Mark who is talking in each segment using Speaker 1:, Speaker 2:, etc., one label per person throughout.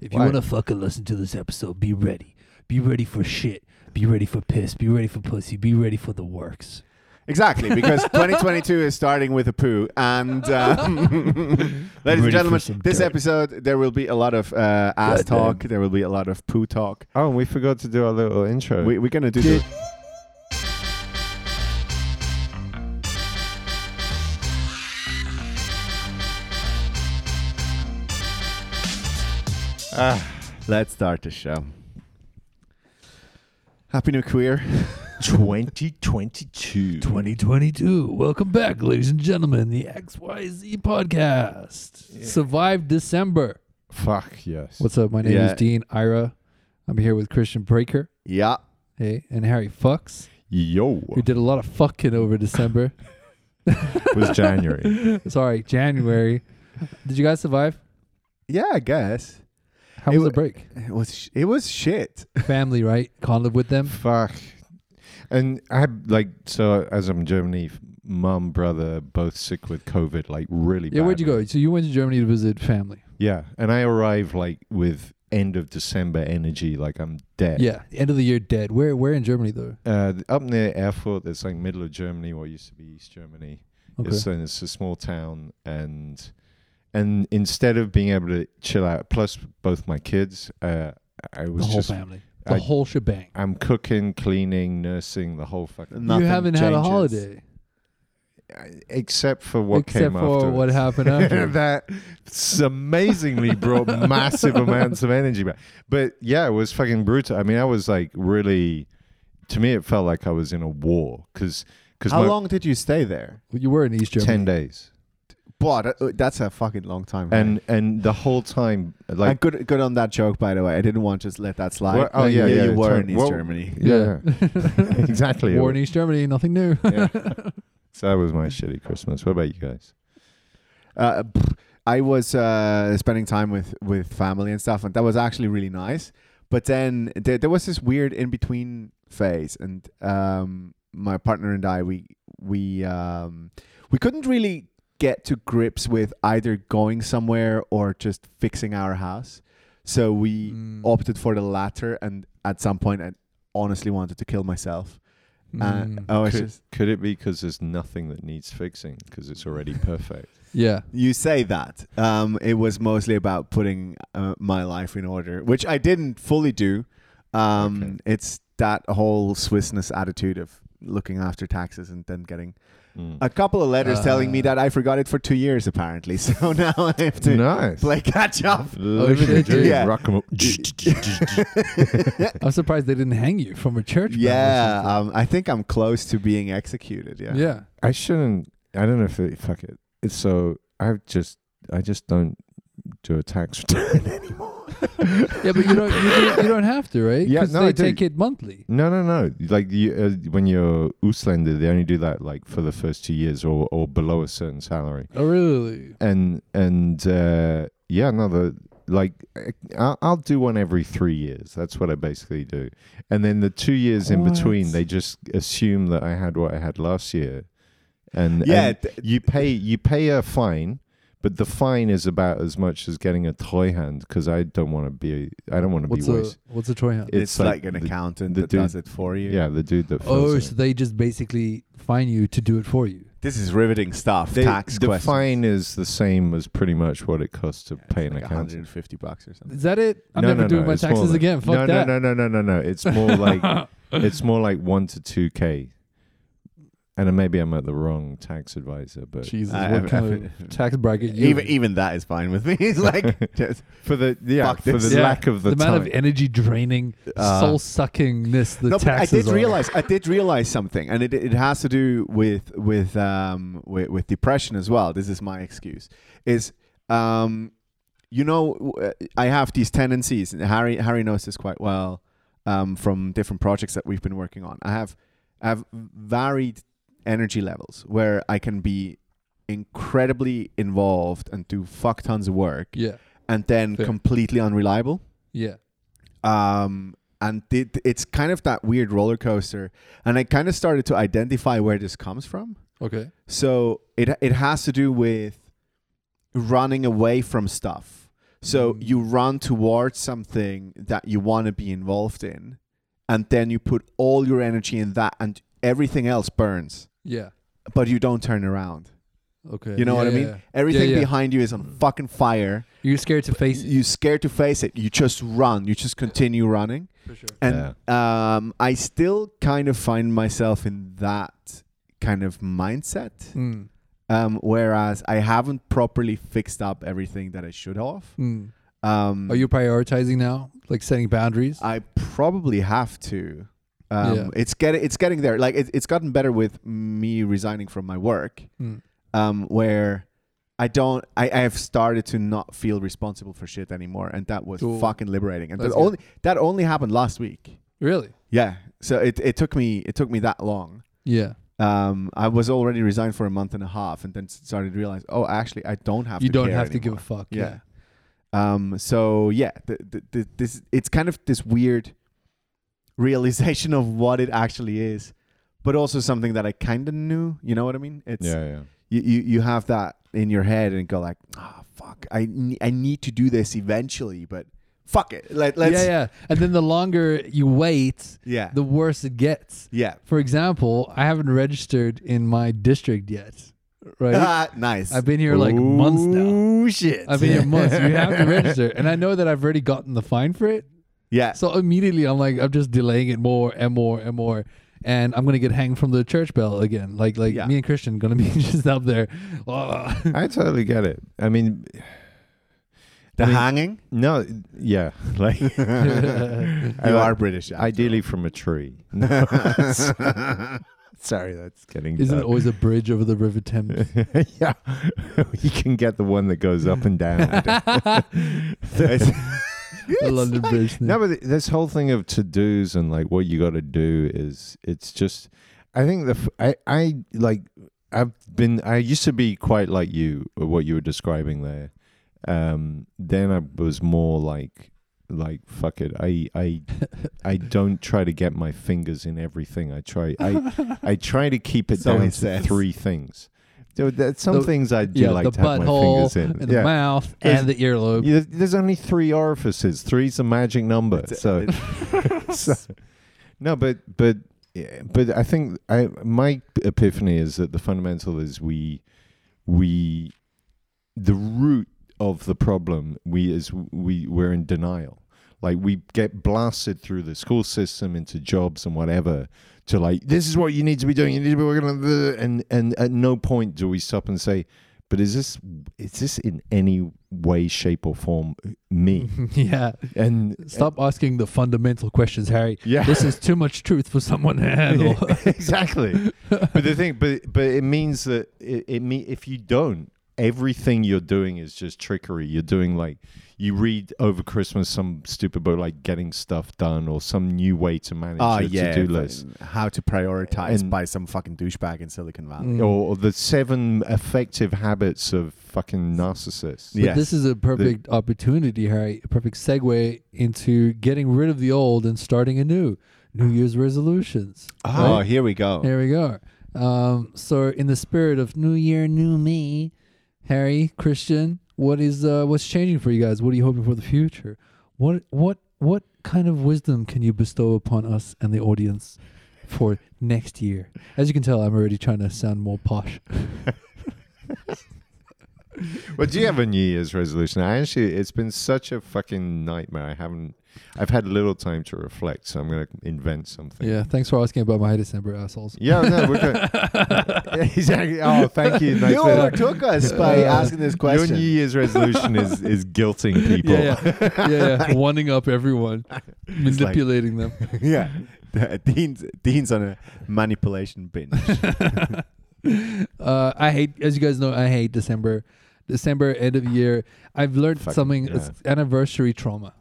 Speaker 1: If
Speaker 2: Why?
Speaker 1: you want to fucking listen to this episode, be ready. Be ready for shit. Be ready for piss. Be ready for pussy. Be ready for the works.
Speaker 2: Exactly, because 2022 is starting with a poo. And um, ladies
Speaker 1: for
Speaker 2: and gentlemen,
Speaker 1: some
Speaker 2: this
Speaker 1: dirt.
Speaker 2: episode there will be a lot of uh,
Speaker 1: Goddamn.
Speaker 2: ass talk. There will be a lot of poo talk.
Speaker 3: Oh, and we forgot to do our little intro.
Speaker 2: We, we're gonna do the Let's start the show. Happy New Queer.
Speaker 3: 2022.
Speaker 1: 2022. Welcome back, ladies and gentlemen. The XYZ podcast survived December.
Speaker 3: Fuck yes.
Speaker 4: What's up? My name
Speaker 2: Yeah.
Speaker 4: is Dean Ira. I'm here with Christian Breaker,
Speaker 2: Yeah.
Speaker 4: hey, and Harry Fucks,
Speaker 3: Yo.
Speaker 4: who did a lot of fucking over December.
Speaker 3: It was January.
Speaker 4: Sorry, January. Did you guys survive?
Speaker 2: Yeah, I guess
Speaker 4: How
Speaker 2: It
Speaker 4: was
Speaker 2: wa-
Speaker 4: the break?
Speaker 2: it was. Sh- it was shit.
Speaker 4: Family, right? Can't live with them.
Speaker 3: Fuck. And I had like so as I'm in Germany, mum, brother, both sick with COVID, like really.
Speaker 4: Yeah, where'd you
Speaker 3: badly.
Speaker 4: go? So you went to Germany to visit family.
Speaker 3: Yeah, and I arrived like with end of December energy, like I'm dead.
Speaker 4: Yeah, end of the year dead. Where? Where in Germany though?
Speaker 3: Uh, up near Erfurt, it's like middle of Germany, what used to be East Germany.
Speaker 4: Okay.
Speaker 3: It's, and it's a small town, and and instead of being able to chill out, plus both my kids, uh, I
Speaker 4: The
Speaker 3: was
Speaker 4: whole
Speaker 3: just
Speaker 4: family. The
Speaker 3: I-
Speaker 4: whole shebang.
Speaker 3: I'm cooking, cleaning, nursing, the whole fucking.
Speaker 2: Nothing
Speaker 4: you haven't had a
Speaker 2: changes.
Speaker 4: holiday
Speaker 3: Except for what
Speaker 4: except
Speaker 3: came
Speaker 4: for
Speaker 3: after.
Speaker 4: what happened after.
Speaker 3: that s- amazingly brought massive amounts of energy back. But yeah, it was fucking brutal. I mean, I was like really. To me, it felt like I was in a war because because
Speaker 2: How
Speaker 3: my
Speaker 2: long did you stay there?
Speaker 4: you were in East Germany.
Speaker 3: ten days
Speaker 2: Boy, that, uh, that's a fucking long time. right?
Speaker 3: and and the whole time like
Speaker 2: and good, good on that joke, by the way. I didn't want to just let that slide.
Speaker 3: Well, oh, yeah, yeah,
Speaker 2: you were in
Speaker 3: turn-
Speaker 2: East
Speaker 3: well-
Speaker 2: Germany.
Speaker 3: yeah, exactly.
Speaker 4: War in East Germany. Nothing new.
Speaker 3: Yeah. so that was my shitty Christmas. What about you guys?
Speaker 2: Uh, pff, I was uh, spending time with with family and stuff, and that was actually really nice. But then there, there was this weird in between phase, and um, my partner and I, we we um, we couldn't really get to grips with either going somewhere or just fixing our house. So we
Speaker 4: Mm.
Speaker 2: opted for the latter, and at some point, I honestly wanted to kill myself.
Speaker 4: Mm.
Speaker 2: Uh, I was
Speaker 3: Could,
Speaker 2: just
Speaker 3: could it be because there's nothing that needs fixing because it's already perfect?
Speaker 4: yeah.
Speaker 2: You say that. Um, it was mostly about putting uh, my life in order, which I didn't fully do. Um,
Speaker 3: Okay.
Speaker 2: It's that whole Swissness attitude of looking after taxes and then getting
Speaker 3: Mm.
Speaker 2: a couple of letters telling me
Speaker 4: Uh.
Speaker 2: that I forgot it for two years, apparently. So now I have to
Speaker 3: nice. Oh,
Speaker 2: play catch up.
Speaker 3: Living the
Speaker 4: shit,
Speaker 3: dream,
Speaker 2: yeah.
Speaker 3: rock 'em up.
Speaker 4: I'm surprised they didn't hang you from a church. bell or
Speaker 2: Yeah, um, I think I'm close to being executed.
Speaker 4: something.
Speaker 2: Yeah.
Speaker 4: yeah.
Speaker 3: I shouldn't. I don't know if it, fuck it. It's so I just I just don't do a tax return anymore.
Speaker 4: Yeah, but you don't you, don't- you don't have to, right?
Speaker 3: Yeah,
Speaker 4: 'Cause
Speaker 3: no,
Speaker 4: they
Speaker 3: I do.
Speaker 4: take it monthly.
Speaker 3: No, no, no. Like you, uh, when you're Uslander, they only do that like for the first two years or or below a certain salary.
Speaker 4: Oh, really?
Speaker 3: And and uh, yeah, no, the like I'll, I'll do one every three years. That's what I basically do. And then the two years in between,
Speaker 4: What?
Speaker 3: they just assume that I had what I had last year. And
Speaker 2: Yeah,
Speaker 3: and-
Speaker 2: th-
Speaker 3: you pay you pay a fine, but the fine is about as much as getting a toy hand because I don't want to be I don't want to be
Speaker 4: What's a
Speaker 3: wasted.
Speaker 4: what's a toy hunt?
Speaker 2: It's, like, an
Speaker 3: the-
Speaker 2: accountant
Speaker 3: the
Speaker 2: that
Speaker 3: dude-
Speaker 2: does it for you.
Speaker 3: Yeah, the dude that fills
Speaker 4: Oh,
Speaker 3: it.
Speaker 4: so they just basically fine you to do it for you.
Speaker 2: This is riveting stuff.
Speaker 3: They-
Speaker 2: tax
Speaker 3: the
Speaker 2: questions.
Speaker 3: fine is the same as pretty much what it costs to
Speaker 2: Yeah, it's
Speaker 3: pay an
Speaker 2: like
Speaker 3: accountant.
Speaker 2: 150 bucks or something.
Speaker 4: Is that it? I'm
Speaker 3: no,
Speaker 4: never
Speaker 3: no,
Speaker 4: doing
Speaker 3: no,
Speaker 4: my
Speaker 3: it's more
Speaker 4: taxes
Speaker 3: than-
Speaker 4: again. Fuck
Speaker 3: no,
Speaker 4: that.
Speaker 3: no, no, no, no, no, no. It's more like it's more like one to two k. And maybe I'm at the wrong tax advisor, but
Speaker 4: Jesus,
Speaker 2: I-
Speaker 4: what
Speaker 2: I-
Speaker 4: kind
Speaker 2: I-
Speaker 4: of tax bracket? You
Speaker 2: even
Speaker 4: in?
Speaker 2: even that is fine with me. It's like just,
Speaker 3: for the yeah
Speaker 2: Fuck
Speaker 3: for
Speaker 2: this.
Speaker 3: the
Speaker 4: Yeah.
Speaker 3: lack of
Speaker 4: the,
Speaker 3: the, time.
Speaker 4: amount of energy draining,
Speaker 2: Uh,
Speaker 4: soul suckingness. The
Speaker 2: no, but I
Speaker 4: taxes.
Speaker 2: did
Speaker 4: are.
Speaker 2: realize I did realize something, and it, it has to do with with um with, with depression as well. This is my excuse. Is um you know w- uh, I have these tendencies, and Harry Harry knows this quite well um, from different projects that we've been working on. I have I have varied energy levels where I can be incredibly involved and do fuck tons of work,
Speaker 4: Yeah,
Speaker 2: and then
Speaker 4: Fair.
Speaker 2: completely unreliable.
Speaker 4: yeah.
Speaker 2: um and it, it's kind of that weird roller coaster and i kind of started to identify where this comes from
Speaker 4: Okay.
Speaker 2: so it it has to do with running away from stuff So
Speaker 4: Mm.
Speaker 2: you run towards something that you want to be involved in, and then you put all your energy in that, and everything else burns,
Speaker 4: Yeah.
Speaker 2: but you don't turn around.
Speaker 4: Okay.
Speaker 2: You know what I
Speaker 4: Yeah,
Speaker 2: mean?
Speaker 4: yeah.
Speaker 2: Everything
Speaker 4: Yeah, yeah.
Speaker 2: behind you is on fucking fire.
Speaker 4: You're scared to face it.
Speaker 2: You're scared to face it. You just run. You just continue running.
Speaker 4: For sure.
Speaker 2: And um, I still kind of find myself in that kind of mindset.
Speaker 4: Mm.
Speaker 2: Um, whereas I haven't properly fixed up everything that I should have.
Speaker 4: Mm.
Speaker 2: Um,
Speaker 4: Are you prioritizing now? Like setting boundaries?
Speaker 2: I probably have to. Um,
Speaker 4: Yeah.
Speaker 2: It's getting it's getting there. Like it, it's gotten better with me resigning from my work,
Speaker 4: Mm.
Speaker 2: um, where I don't. I, I have started to not feel responsible for shit anymore, and that was
Speaker 4: Cool.
Speaker 2: fucking liberating. And that
Speaker 4: That's good.
Speaker 2: only that only happened last week.
Speaker 4: Really?
Speaker 2: Yeah. So it, it took me it took me that long.
Speaker 4: Yeah.
Speaker 2: Um, I was already resigned for a month and a half, and then s- started to realize, oh, actually, I don't have.
Speaker 4: You
Speaker 2: to
Speaker 4: don't
Speaker 2: care
Speaker 4: have to give a
Speaker 2: anymore.
Speaker 4: fuck.
Speaker 2: Yeah. Um. So yeah, th th th this it's kind of this weird realization of what it actually is, but also something that I kind of knew. You know what I mean? It's
Speaker 3: yeah, yeah.
Speaker 2: you, you you have that in your head and go like, ah, fuck, I ne- I need to do this eventually, but fuck it, let let's
Speaker 4: yeah, yeah. And then the longer you wait,
Speaker 2: yeah
Speaker 4: the worse it gets.
Speaker 2: yeah.
Speaker 4: For example, I haven't registered in my district yet, right?
Speaker 2: Ah, nice.
Speaker 4: I've been here like months now.
Speaker 3: Ooh, shit.
Speaker 4: I've been here months. You have to register, and I know that I've already gotten the fine for it.
Speaker 2: yeah.
Speaker 4: So immediately I'm like, I'm just delaying it more and more and more, and I'm gonna get hanged from the church bell again. Like, like
Speaker 2: Yeah.
Speaker 4: me and Christian gonna be just up there. Oh.
Speaker 3: I totally get it. I mean,
Speaker 2: The
Speaker 3: I mean-
Speaker 2: hanging.
Speaker 3: no, yeah, like
Speaker 2: You are British. yeah.
Speaker 3: ideally from a tree. Sorry, that's getting.
Speaker 4: Isn't it
Speaker 3: dark.
Speaker 4: always a bridge over the River Thames?
Speaker 3: yeah, you can get the one that goes up and down. That's-
Speaker 4: the London Bridge. Thing.
Speaker 3: no, but this whole thing of to dos and like what you got to do is it's just. I think the f- I I like I've been I used to be quite like you uh, what you were describing there. Um, then I was more like like fuck it. I I I don't try to get my fingers in everything. I try I I try to keep it
Speaker 2: So he
Speaker 3: down to
Speaker 2: says.
Speaker 3: three things. So that some
Speaker 4: The-
Speaker 3: things I do
Speaker 4: yeah,
Speaker 3: like
Speaker 4: the
Speaker 3: to have my fingers
Speaker 4: butthole
Speaker 3: in.
Speaker 4: and
Speaker 3: yeah.
Speaker 4: the mouth
Speaker 3: There's-
Speaker 4: and the earlobe.
Speaker 3: Yeah, there's only three orifices. Three's the magic number.
Speaker 2: It's-
Speaker 3: so, so- no, but but yeah, but I think I my epiphany is that the fundamental is we we the root of the problem we is we we're in denial. Like we get blasted through the school system into jobs and whatever to like this is what you need to be doing. You need to be working on the and and at no point do we stop and say, but is this is this in any way, shape or form me?
Speaker 4: yeah.
Speaker 3: And
Speaker 4: Stop asking the fundamental questions, Harry.
Speaker 3: Yeah.
Speaker 4: This is too much truth for someone to handle.
Speaker 3: exactly. but the thing, but but it means that it, it mean if you don't, everything you're doing is just trickery. You're doing like you read over Christmas some stupid book like getting stuff done or some new way to manage
Speaker 2: Ah,
Speaker 3: your
Speaker 2: yeah.
Speaker 3: to-do
Speaker 2: but
Speaker 3: list.
Speaker 2: How to prioritize
Speaker 3: And-
Speaker 2: by some fucking douchebag in Silicon Valley.
Speaker 4: Mm.
Speaker 3: Or, or the seven effective habits of fucking narcissists.
Speaker 4: But
Speaker 2: yes.
Speaker 4: this is a perfect opportunity, Harry, a perfect segue into getting rid of the old and starting anew. New Year's resolutions.
Speaker 2: Oh,
Speaker 4: right?
Speaker 2: here we go.
Speaker 4: Here we go. Um, so, in the spirit of New Year, New Me, Harry, Christian, what is uh, what's changing for you guys? What are you hoping for the future? What what what kind of wisdom can you bestow upon us and the audience for next year? As you can tell, I'm already trying to sound more posh.
Speaker 3: Well, do you have a New Year's resolution? I actually, it's been such a fucking nightmare. I haven't, I've had little time to reflect, so I'm going to invent something.
Speaker 4: Yeah, thanks for asking about my December assholes.
Speaker 3: Yeah, no, we're good. exactly. Oh, thank you. Nice
Speaker 2: You
Speaker 3: bit.
Speaker 2: overtook us by
Speaker 4: Uh,
Speaker 2: asking this
Speaker 3: Your
Speaker 2: question.
Speaker 3: New Year's resolution is is guilting people.
Speaker 4: Yeah, yeah, yeah, yeah. Winding up everyone, manipulating them.
Speaker 2: yeah. Dean's, Dean's on a manipulation binge.
Speaker 4: uh, I hate, as you guys know, I hate December. December, end of year. I've learned
Speaker 3: Fucking-
Speaker 4: something.
Speaker 3: yeah.
Speaker 4: It's anniversary trauma.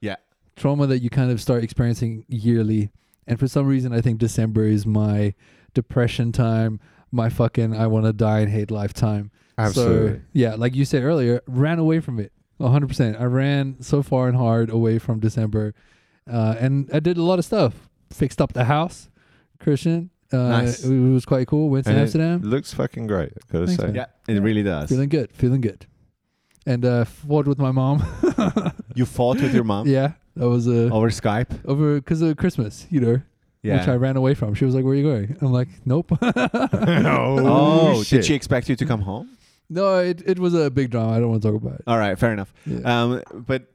Speaker 2: Yeah.
Speaker 4: Trauma that you kind of start experiencing yearly. And for some reason, I think December is my depression time, my fucking I want to die and hate life time.
Speaker 3: Absolutely.
Speaker 4: So, yeah, like you said earlier, ran away from it 100%. I ran so far and hard away from December. Uh, and I did a lot of stuff. Fixed up the house, Christian. Uh,
Speaker 2: Nice.
Speaker 4: It was quite cool. Went to
Speaker 3: And it
Speaker 4: Amsterdam.
Speaker 3: looks fucking great. I gotta
Speaker 4: Thanks,
Speaker 3: say.
Speaker 4: man.
Speaker 2: yeah, it really does.
Speaker 4: Feeling good. Feeling good. and uh, fought with my mom.
Speaker 2: You fought with your mom
Speaker 4: yeah, that was uh,
Speaker 3: Oh.
Speaker 2: over Skype.
Speaker 4: over because of Christmas, you know, which I
Speaker 2: Yeah.
Speaker 4: ran away from. She was like, "Where are you going?" I'm like, "Nope."
Speaker 3: oh,
Speaker 2: Oh, did she expect you to come home?
Speaker 4: no, it, it was a big drama. I don't want to talk about it.
Speaker 2: All right, fair enough.
Speaker 4: Yeah.
Speaker 3: Uh,
Speaker 2: Um, but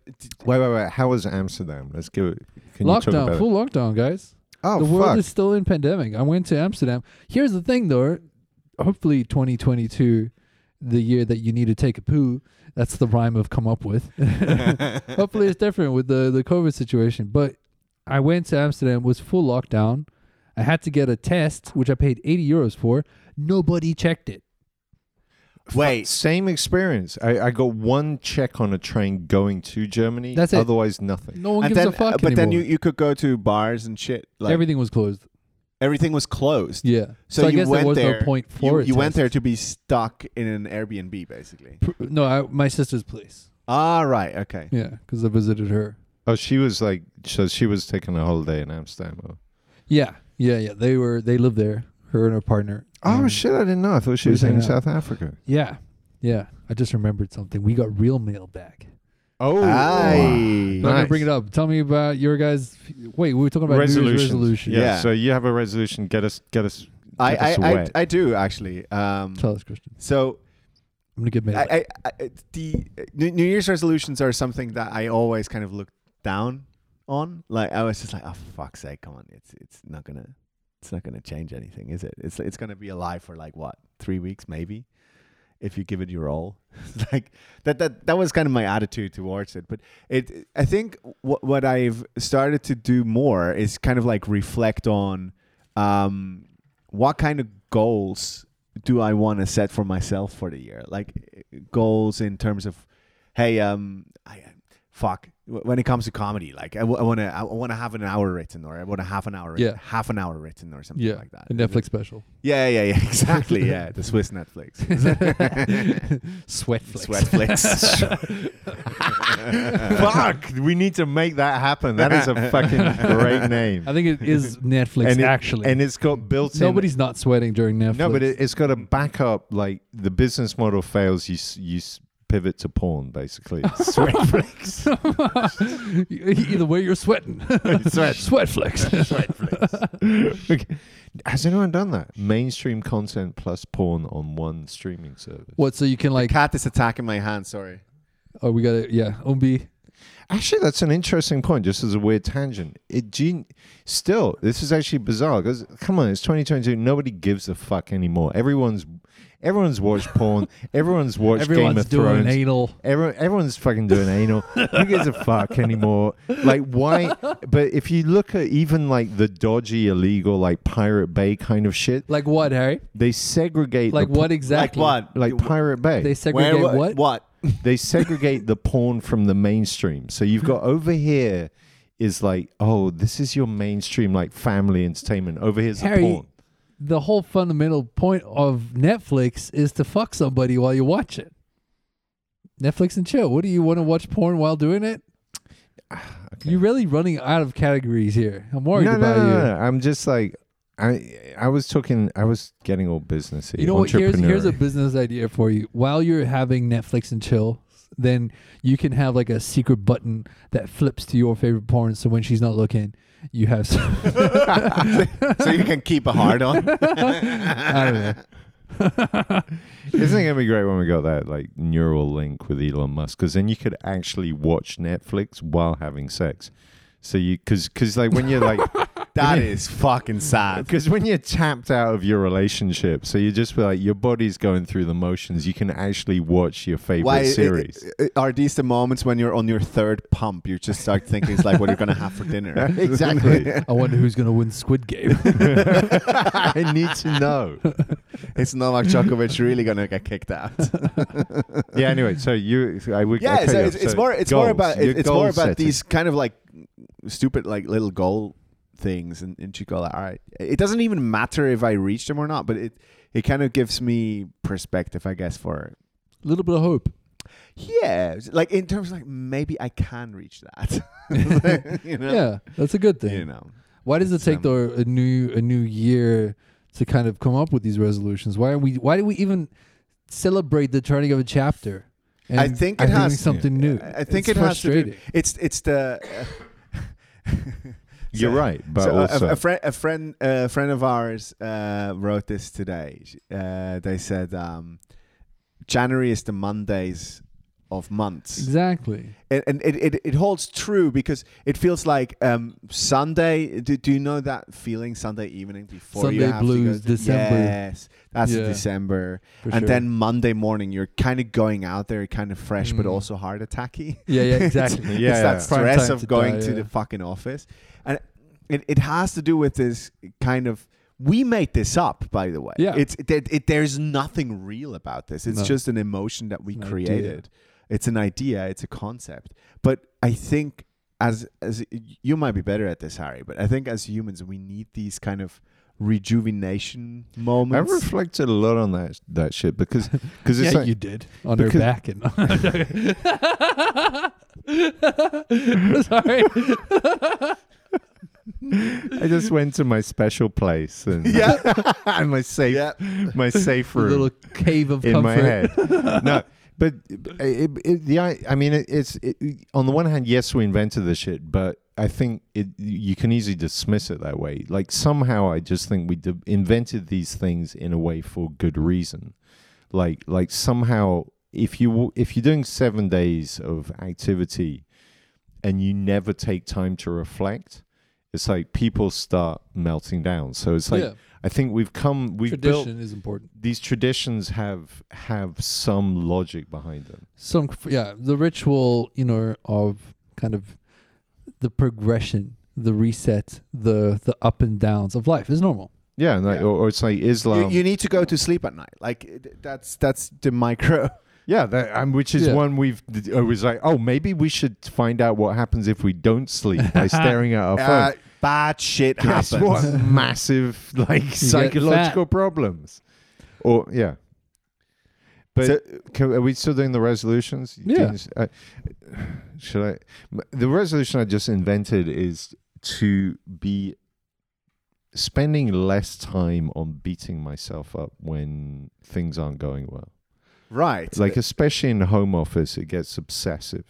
Speaker 3: Wait, wait, wait. How was Amsterdam? Let's give it. Can you talk
Speaker 4: lockdown,
Speaker 3: about it?
Speaker 4: full lockdown, guys.
Speaker 3: Oh,
Speaker 4: the world
Speaker 3: fuck.
Speaker 4: is still in pandemic. I went to Amsterdam. Here's the thing, though. Hopefully, 2022, the year that you need to take a poo. That's the rhyme I've come up with. Hopefully, it's different with the the COVID situation. But I went to Amsterdam. Was full lockdown. I had to get a test, which I paid 80 euros for. Nobody checked it.
Speaker 2: wait,
Speaker 3: Same experience. I, I got one check on a train going to Germany.
Speaker 4: That's it.
Speaker 3: Otherwise, nothing.
Speaker 4: No one
Speaker 2: and
Speaker 4: gives
Speaker 2: then uh,
Speaker 4: a fuck
Speaker 2: but then you,
Speaker 4: anymore.
Speaker 2: you could go to bars and shit. Like
Speaker 4: Everything was closed.
Speaker 2: everything was closed.
Speaker 4: Yeah.
Speaker 2: So,
Speaker 4: I
Speaker 2: you
Speaker 4: guess
Speaker 2: went
Speaker 4: there was
Speaker 2: there.
Speaker 4: no point
Speaker 2: you
Speaker 4: for it.
Speaker 2: you went there to be stuck in an Airbnb, basically.
Speaker 4: No, I, my sister's place.
Speaker 2: All Ah, right. Okay.
Speaker 4: Yeah, because I visited her.
Speaker 3: Oh, she was like, so she was taking a holiday in Amsterdam. Oh,
Speaker 4: Yeah, yeah, yeah. They were they lived there. Her and her partner.
Speaker 3: oh
Speaker 4: And-
Speaker 3: shit! I didn't know. I thought she
Speaker 4: We
Speaker 3: was in
Speaker 4: hang out.
Speaker 3: South Africa.
Speaker 4: Yeah, yeah. I just remembered something. We got real mail back.
Speaker 3: Oh,
Speaker 2: Aye.
Speaker 4: I'm gonna bring it up. Tell me about your guys. Wait, we were talking about
Speaker 3: Resolutions.
Speaker 4: New Year's resolution.
Speaker 3: Yeah.
Speaker 2: Yeah.
Speaker 3: So you have a resolution. Get us. Get us.
Speaker 2: I,
Speaker 3: Get us
Speaker 2: I, I,
Speaker 3: wet.
Speaker 2: I do actually. Um,
Speaker 4: Tell us, Christian.
Speaker 2: so
Speaker 4: I'm gonna get mail. back.
Speaker 2: I, I, I, the uh, New New Year's resolutions are something that I always kind of look down on. Like I was just like, oh fuck's sake, come on, it's it's not gonna it's not gonna change anything, is it? It's it's gonna be alive for like what three weeks maybe, if you give it your all. It's like that that that was kind of my attitude towards it. But it I think what what I've started to do more is kind of like reflect on um, what kind of goals do I want to set for myself for the year? Like eh, goals in terms of, hey, um, I, fuck. wh- When it comes to comedy, like I want to, I want to have an hour written, or I want to half an hour, written,
Speaker 4: Yeah.
Speaker 2: half an hour written, or something
Speaker 4: yeah,
Speaker 2: like that.
Speaker 4: a Netflix special.
Speaker 2: Yeah, yeah, yeah, exactly. Yeah, the Swiss Netflix.
Speaker 4: Sweatflix.
Speaker 2: Sweatflix.
Speaker 3: Fuck! We need to make that happen. That is a fucking great name.
Speaker 4: I think it is Netflix
Speaker 3: And it-
Speaker 4: actually.
Speaker 3: And it's got built-in.
Speaker 4: Nobody's not sweating during Netflix.
Speaker 3: No, but it, it's got a backup. Like the business model fails, you s- you s- pivot to porn basically. Sweatflix.
Speaker 4: Either way, you're sweating.
Speaker 3: Sweat.
Speaker 4: Sweatflix.
Speaker 3: Okay. Has anyone done that? Mainstream content plus porn on one streaming service.
Speaker 4: what? So you can like?
Speaker 2: Cat is attacking my hand. Sorry.
Speaker 4: Oh, we got it. Yeah, Umbi.
Speaker 3: Actually, that's an interesting point. Just as a weird tangent, it gen- still this is actually bizarre because come on, it's 2022. Nobody gives a fuck anymore. Everyone's everyone's watched porn. Everyone's watched Game
Speaker 4: Everyone's
Speaker 3: of
Speaker 4: doing
Speaker 3: Thrones.
Speaker 4: anal.
Speaker 3: Everyone, everyone's fucking doing anal. Who gives a fuck anymore? Like, why? But if you look at even like the dodgy, illegal, like Pirate Bay kind of shit,
Speaker 4: Like what, Harry?
Speaker 3: they segregate.
Speaker 4: Like
Speaker 3: the por-
Speaker 4: what exactly?
Speaker 2: Like what?
Speaker 3: Like Pirate Bay.
Speaker 4: They
Speaker 3: They,
Speaker 4: segregate
Speaker 2: Where-
Speaker 4: what?
Speaker 2: What?
Speaker 3: segregate the porn from the mainstream. So you've
Speaker 4: Mm-hmm.
Speaker 3: got over here is like, oh, this is your mainstream, like family entertainment. Over here's
Speaker 4: Harry,
Speaker 3: the porn.
Speaker 4: The whole fundamental point of Netflix is to fuck somebody while you watch it. Netflix and chill. What do you want to watch porn while doing it? You're really running out of categories here. I'm worried
Speaker 3: no, no,
Speaker 4: about
Speaker 3: no,
Speaker 4: you.
Speaker 3: no, no. I'm just like, I, I was talking, I was getting all businessy.
Speaker 4: You know what? Here's here's a
Speaker 3: entrepreneurial.
Speaker 4: business idea for you. While you're having Netflix and chill, then you can have like a secret button that flips to your favorite porn. So when she's not looking, you have. Some,
Speaker 2: so you can keep a hard on.
Speaker 4: I don't know.
Speaker 3: Isn't it going to be great when we got that like neural link with Elon Musk? Because then you could actually watch Netflix while having sex. So you, because because like when you're like,
Speaker 2: That is fucking sad.
Speaker 3: because Uh, when you're tapped out of your relationship, so you just be like your body's going through the motions. You can actually watch your favorite series.
Speaker 2: i- i- are these the moments when you're on your third pump? You just start thinking it's like what you're gonna have for dinner.
Speaker 3: exactly.
Speaker 4: I wonder who's gonna win Squid Game.
Speaker 3: I need to know.
Speaker 2: Is Novak Djokovic really gonna get kicked out?
Speaker 3: Yeah. Anyway, so you, I would.
Speaker 2: yeah,
Speaker 3: I cut
Speaker 2: so
Speaker 3: you off.
Speaker 2: it's, it's
Speaker 3: So
Speaker 2: more it's
Speaker 3: goals,
Speaker 2: more about
Speaker 3: your
Speaker 2: it- it's more
Speaker 3: goal
Speaker 2: about
Speaker 3: setting.
Speaker 2: these kind of like stupid like little goal things, and, and you go like, all right, it doesn't even matter if I reach them or not, but it it kind of gives me perspective, I guess, for
Speaker 4: little bit of hope.
Speaker 2: yeah, like in terms of like maybe I can reach that. you know?
Speaker 4: Yeah, that's a good thing.
Speaker 2: You know.
Speaker 4: Why does it take
Speaker 2: um,
Speaker 4: though a new a new year to kind of come up with these resolutions? Why are we? Why do we even celebrate the turning of a chapter? and
Speaker 2: I think it
Speaker 4: doing
Speaker 2: has-
Speaker 4: something new.
Speaker 2: I think
Speaker 4: it's
Speaker 2: it has to do.
Speaker 4: frustrating.
Speaker 2: It's it's the.
Speaker 3: You're
Speaker 2: So-
Speaker 3: right, but
Speaker 2: so uh, a-
Speaker 3: also
Speaker 2: a, friend, a friend, a friend of ours uh, wrote this today. Sh- Uh, they said um, January is the Mondays of months,
Speaker 4: Exactly.
Speaker 2: and, and it, it, it holds true because it feels like um, Sunday. Do, do you know that feeling Sunday evening before you
Speaker 4: Sunday
Speaker 2: have
Speaker 4: blues,
Speaker 2: to go?
Speaker 4: December.
Speaker 2: Yes, that's
Speaker 4: Yeah.
Speaker 2: December,
Speaker 4: For
Speaker 2: and
Speaker 4: sure.
Speaker 2: then Monday morning you're kind of going out there, kind of fresh but
Speaker 4: Mm.
Speaker 2: also heart attacky.
Speaker 4: yeah, yeah, exactly.
Speaker 3: yeah,
Speaker 2: it's
Speaker 3: yeah.
Speaker 2: that
Speaker 4: Prime
Speaker 2: stress
Speaker 4: time
Speaker 2: of
Speaker 4: to
Speaker 2: going
Speaker 4: die,
Speaker 2: to
Speaker 4: yeah.
Speaker 2: the fucking office and it, it has to do with this kind of we made this up by the way
Speaker 4: Yeah.
Speaker 2: it's it, it, it- there's nothing real about this it's
Speaker 4: No.
Speaker 2: just an emotion that we
Speaker 4: An idea.
Speaker 2: created it's an idea it's a concept but i think as as you might be better at this harry but i think as humans we need these kind of rejuvenation
Speaker 3: I
Speaker 2: moments
Speaker 3: reflected a lot on that that shit because because it's
Speaker 4: yeah,
Speaker 3: like,
Speaker 4: you did on her
Speaker 3: because-
Speaker 4: back and. Sorry.
Speaker 3: I just went to my special place and
Speaker 2: yeah
Speaker 3: and my safe
Speaker 2: yeah
Speaker 3: my safe
Speaker 4: A
Speaker 3: room
Speaker 4: little cave of
Speaker 3: in
Speaker 4: comfort.
Speaker 3: my head. no, but uh, it, it, the I, I mean, it, it's it, on the one hand, yes, we invented this shit, but I think it you can easily dismiss it that way. Like somehow, I just think we d- invented these things in a way for good reason. Like like somehow, if you w- if you're doing seven days of activity, and you never take time to reflect. It's like people start melting down. So it's like
Speaker 4: yeah,
Speaker 3: I think we've come, we've built
Speaker 4: tradition is important.
Speaker 3: these traditions have have some logic behind them.
Speaker 4: Some, yeah, the ritual, you know, of kind of the progression, the reset, the the up and downs of life is normal.
Speaker 3: Yeah, and like,
Speaker 2: Yeah.
Speaker 3: Or, or it's like Islam.
Speaker 2: you, you need to go to sleep at night like it- that's that's the micro
Speaker 3: yeah, that, um, which is
Speaker 4: Yeah.
Speaker 3: one we've. I was like, oh, maybe we should find out what happens if we don't sleep by staring at our
Speaker 2: Uh,
Speaker 3: phone.
Speaker 2: bad shit
Speaker 3: That's
Speaker 2: happens.
Speaker 3: what massive like psychological problems. Or yeah, but
Speaker 2: So-
Speaker 3: can, are we still doing the resolutions?
Speaker 4: Yeah.
Speaker 3: Can you s- I- should I? m- The resolution I just invented is to be spending less time on beating myself up when things aren't going well.
Speaker 2: Right.
Speaker 3: Like especially in the home office, it gets obsessive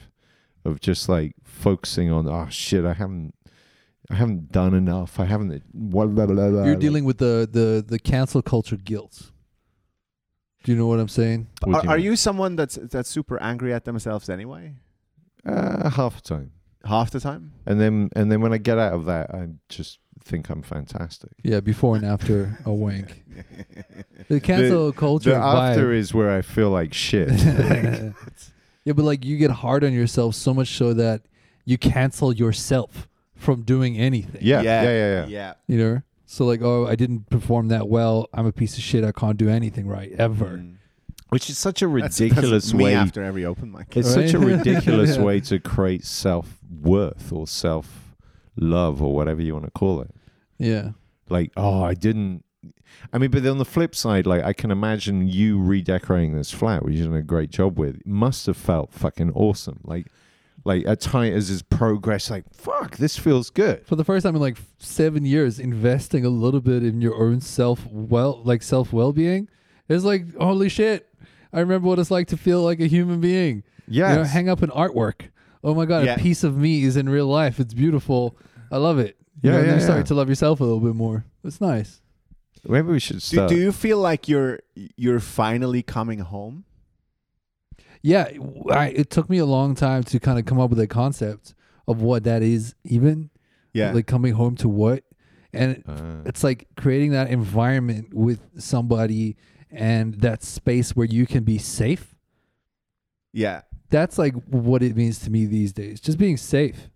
Speaker 3: of just like focusing on oh shit, I haven't. I haven't done enough. I haven't. Blah, blah, blah, blah,
Speaker 4: You're
Speaker 3: Uh, like-
Speaker 4: dealing with the the the cancel culture guilt. Do you know what I'm saying?
Speaker 3: What do
Speaker 2: are, are
Speaker 3: mean?
Speaker 2: you someone that's that's super angry at themselves anyway?
Speaker 3: Uh, half the time,
Speaker 2: Half the time.
Speaker 3: and then and then when I get out of that, I just think I'm fantastic.
Speaker 4: Yeah, before and after a wank. The cancel culture
Speaker 3: The after
Speaker 4: vibe.
Speaker 3: is where I feel like shit.
Speaker 4: yeah, but like you get hard on yourself so much so that you cancel yourself from doing anything.
Speaker 3: yeah, yeah, yeah, yeah.
Speaker 4: You know? So like, oh, I didn't perform that well. I'm a piece of shit. I can't do anything right ever.
Speaker 2: Mm.
Speaker 3: Which is such a
Speaker 2: That's-
Speaker 3: ridiculous
Speaker 2: that's Me
Speaker 3: way.
Speaker 2: after every open mic.
Speaker 3: It's such a
Speaker 4: Right?
Speaker 3: ridiculous
Speaker 4: Yeah.
Speaker 3: way to create self worth or self love or whatever you want to call it.
Speaker 4: Yeah.
Speaker 3: Like, oh, I didn't. I mean, but on the flip side, like I can imagine you redecorating this flat, which you've done a great job with. Must have felt fucking awesome. Like, like at times is progress. Like, fuck, this feels good.
Speaker 4: For the first time in like seven years, investing a little bit in your own self well, like self well being, is like holy shit. I remember what it's like to feel like a human being.
Speaker 3: Yeah,
Speaker 4: You know, hang up an artwork. Oh my god,
Speaker 2: Yeah.
Speaker 4: a piece of me is in real life. It's beautiful. I love it. You
Speaker 3: Yeah,
Speaker 4: know, and
Speaker 3: yeah,
Speaker 4: You're starting
Speaker 3: yeah.
Speaker 4: to love yourself a little bit more. It's nice.
Speaker 3: Maybe we should
Speaker 2: do,
Speaker 3: start.
Speaker 2: do you feel like you're you're finally coming home?
Speaker 4: Yeah, I, it took me a long time to kind of come up with a concept of what that is, even like coming home to what, and
Speaker 3: Ah.
Speaker 4: it's like creating that environment with somebody and that space where you can be safe.
Speaker 2: yeah.
Speaker 4: That's like what it means to me these days. Just being safe.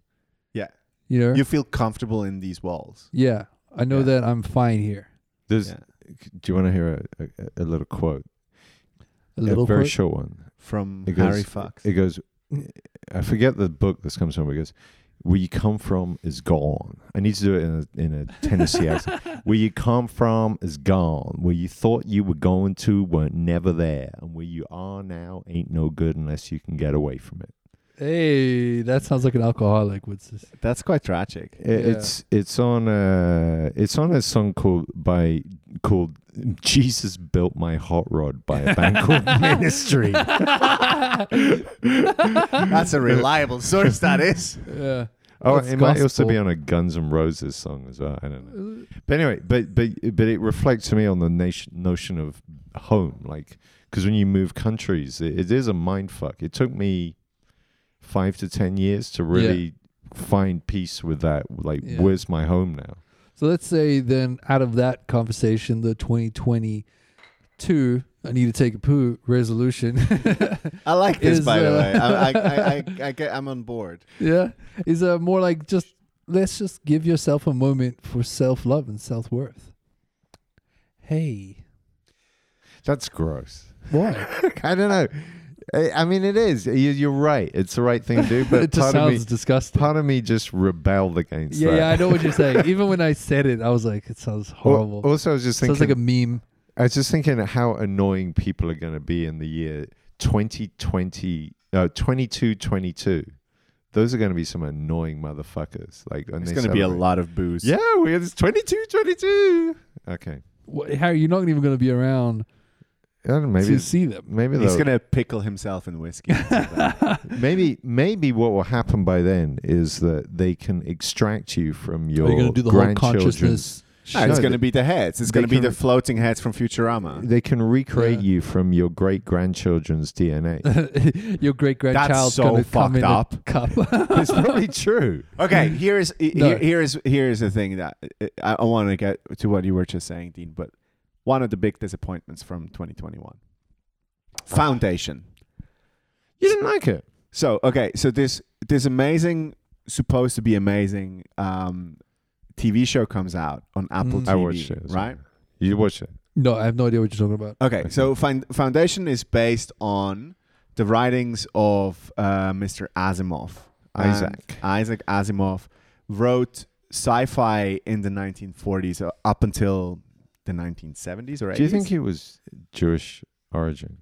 Speaker 2: Yeah.
Speaker 4: You know.
Speaker 2: You feel comfortable in these walls.
Speaker 4: yeah, I know
Speaker 2: Yeah.
Speaker 4: that I'm fine here.
Speaker 3: There's-
Speaker 2: Yeah.
Speaker 3: Do you want to hear a, a, a little quote?
Speaker 4: A little
Speaker 3: a very
Speaker 4: bit.
Speaker 3: short one.
Speaker 2: From
Speaker 3: It goes-
Speaker 2: Harry Fox.
Speaker 3: It goes, I forget the book this comes from. but It goes, where you come from is gone. I need to do it in a, in a Tennessee accent. Where you come from is gone. Where you thought you were going to weren't never there. And where you are now ain't no good unless you can get away from it.
Speaker 4: Hey, that sounds like an alcoholic. What's this?
Speaker 2: That's quite tragic.
Speaker 3: I- It's it's on a it's on a song called by called Jesus built my hot rod by a band called Ministry.
Speaker 2: That's a reliable source. That is.
Speaker 4: Yeah.
Speaker 3: Oh,
Speaker 4: That's
Speaker 3: it might also
Speaker 4: gospel.
Speaker 3: be on a Guns N' Roses song as well. I don't know. But anyway, but but but it reflects to me on the nation, notion of home, like because when you move countries, it, it is a mind fuck. It took me five to ten years to really find peace with that. Like,
Speaker 4: Yeah.
Speaker 3: where's my home now?
Speaker 4: So let's say then out of that conversation, the 2022, I need to take a poo resolution.
Speaker 2: I like this,
Speaker 4: Is,
Speaker 2: by the
Speaker 4: uh,
Speaker 2: way. I, I, I, I, I get, I'm on board.
Speaker 4: yeah. Is uh, more like just let's just give yourself a moment for self love and self worth. Hey.
Speaker 3: That's gross.
Speaker 4: Why?
Speaker 3: I don't know. I, I mean, it is. You, you're right. It's the right thing to do. But
Speaker 4: it just
Speaker 3: part of me,
Speaker 4: sounds disgusting.
Speaker 3: part of me just rebelled against
Speaker 4: Yeah,
Speaker 3: that.
Speaker 4: yeah, I know what you're saying. Even when I said it, I was like, it sounds
Speaker 3: Al-
Speaker 4: horrible.
Speaker 3: Also, I was just thinking.
Speaker 4: sounds like a meme.
Speaker 3: I was just thinking how annoying people are going to be in the year 2020, no, 22, 22. Those are going to be some annoying motherfuckers. Like, and
Speaker 2: It's
Speaker 3: they
Speaker 2: going to be a
Speaker 3: celebrate-
Speaker 2: lot of booze.
Speaker 3: Yeah, we it's 22, 22. Okay.
Speaker 4: What, Harry, you're not even going to be around
Speaker 3: I don't know, maybe
Speaker 4: to
Speaker 3: it's-
Speaker 4: see them.
Speaker 3: maybe
Speaker 2: He's
Speaker 3: they'll-
Speaker 2: going to pickle himself in whiskey.
Speaker 3: maybe maybe what will happen by then is that they can extract you from your
Speaker 4: Are you going to do the whole
Speaker 3: grandchildren.
Speaker 4: consciousness?
Speaker 2: No,
Speaker 3: No,
Speaker 2: it's
Speaker 3: they-
Speaker 2: going to be uh, the heads. It's
Speaker 3: they
Speaker 2: going to be the
Speaker 3: can-
Speaker 2: floating heads from Futurama.
Speaker 3: They can recreate
Speaker 4: Yeah.
Speaker 3: you from your great grandchildren's DNA.
Speaker 4: your great grandchild's
Speaker 2: so
Speaker 4: going to come
Speaker 2: fucked
Speaker 4: in a
Speaker 2: up.
Speaker 4: cup.
Speaker 3: it's probably true.
Speaker 2: Okay, here is i-
Speaker 4: No.
Speaker 2: here, here is here is the thing that uh, I, I want to get to what you were just saying, Dean. But one of the big disappointments from 2021, Foundation.
Speaker 3: You didn't like it.
Speaker 2: So okay, so this this amazing, supposed to be amazing, um, TV show comes out on Apple
Speaker 4: Mm.
Speaker 2: TV,
Speaker 3: I watched it. as well.
Speaker 2: right?
Speaker 3: You watched it.
Speaker 4: no, I have no idea what you're talking about.
Speaker 2: Okay, so fin- Foundation is based on the writings of uh, Mr. Asimov. And
Speaker 3: Isaac.
Speaker 2: Isaac Asimov wrote sci-fi in the 1940s uh, up until the 1970s or 80s.
Speaker 3: Do you think he was Jewish origin?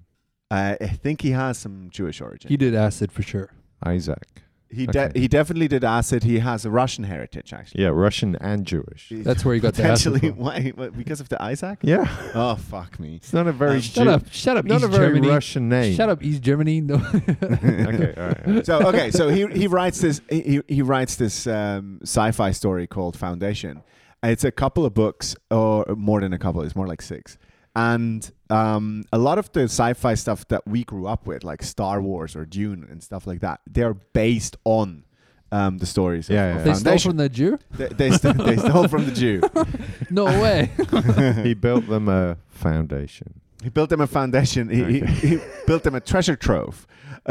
Speaker 2: Uh, I think he has some Jewish origin.
Speaker 4: He did acid for sure.
Speaker 3: Isaac.
Speaker 2: He de-
Speaker 3: okay.
Speaker 2: he definitely did acid. He has a Russian heritage actually.
Speaker 3: Yeah, Russian and Jewish.
Speaker 4: That's where he got the acid.
Speaker 2: Potentially,
Speaker 4: From.
Speaker 2: why? What, because of the Isaac?
Speaker 3: Yeah.
Speaker 2: Oh fuck me!
Speaker 3: It's not a very
Speaker 4: Shut
Speaker 3: Jew-
Speaker 4: up! Shut up!
Speaker 3: Not
Speaker 4: East
Speaker 3: a very
Speaker 4: Germany.
Speaker 3: Russian name.
Speaker 4: Shut up, East Germany. No.
Speaker 3: okay, all right. all right.
Speaker 2: So okay, so he, he writes this he, he writes this um, sci-fi story called Foundation. It's a couple of books, or more than a couple. It's more like six. And um, a lot of the sci-fi stuff that we grew up with, like Star Wars or Dune and stuff like that, they're based on um, the stories. of-
Speaker 3: Yeah,
Speaker 2: of,
Speaker 3: yeah,
Speaker 4: they stole
Speaker 2: Foundation.
Speaker 4: from the Jew?
Speaker 2: They, they, st- they stole from the Jew.
Speaker 4: No way.
Speaker 3: he built them a foundation.
Speaker 2: He built them a foundation. He, he-
Speaker 3: Okay.
Speaker 2: he, built them a treasure trove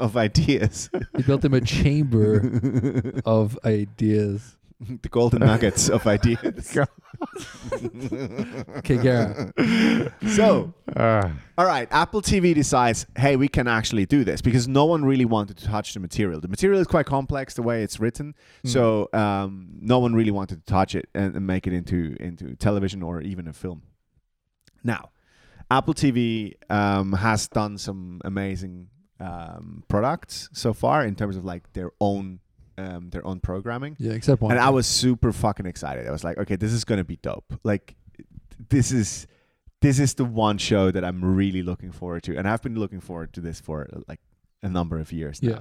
Speaker 2: of ideas,
Speaker 4: he built him a chamber of ideas.
Speaker 2: the golden nuggets of ideas.
Speaker 4: Okay, Gara.
Speaker 2: So,
Speaker 3: Ah,
Speaker 2: all right, Apple TV decides, hey, we can actually do this because no one really wanted to touch the material. The material is quite complex the way it's written, so um, no one really wanted to touch it and, and make it into into television or even a film. Now, Apple TV um, has done some amazing um, products so far in terms of like their own um, their own programming.
Speaker 4: Yeah, except one.
Speaker 2: And I was super fucking excited. I was like, okay, this is gonna be dope. Like, this is this is the one show that I'm really looking forward to, and I've been looking forward to this for like a number of years now.
Speaker 4: Yeah.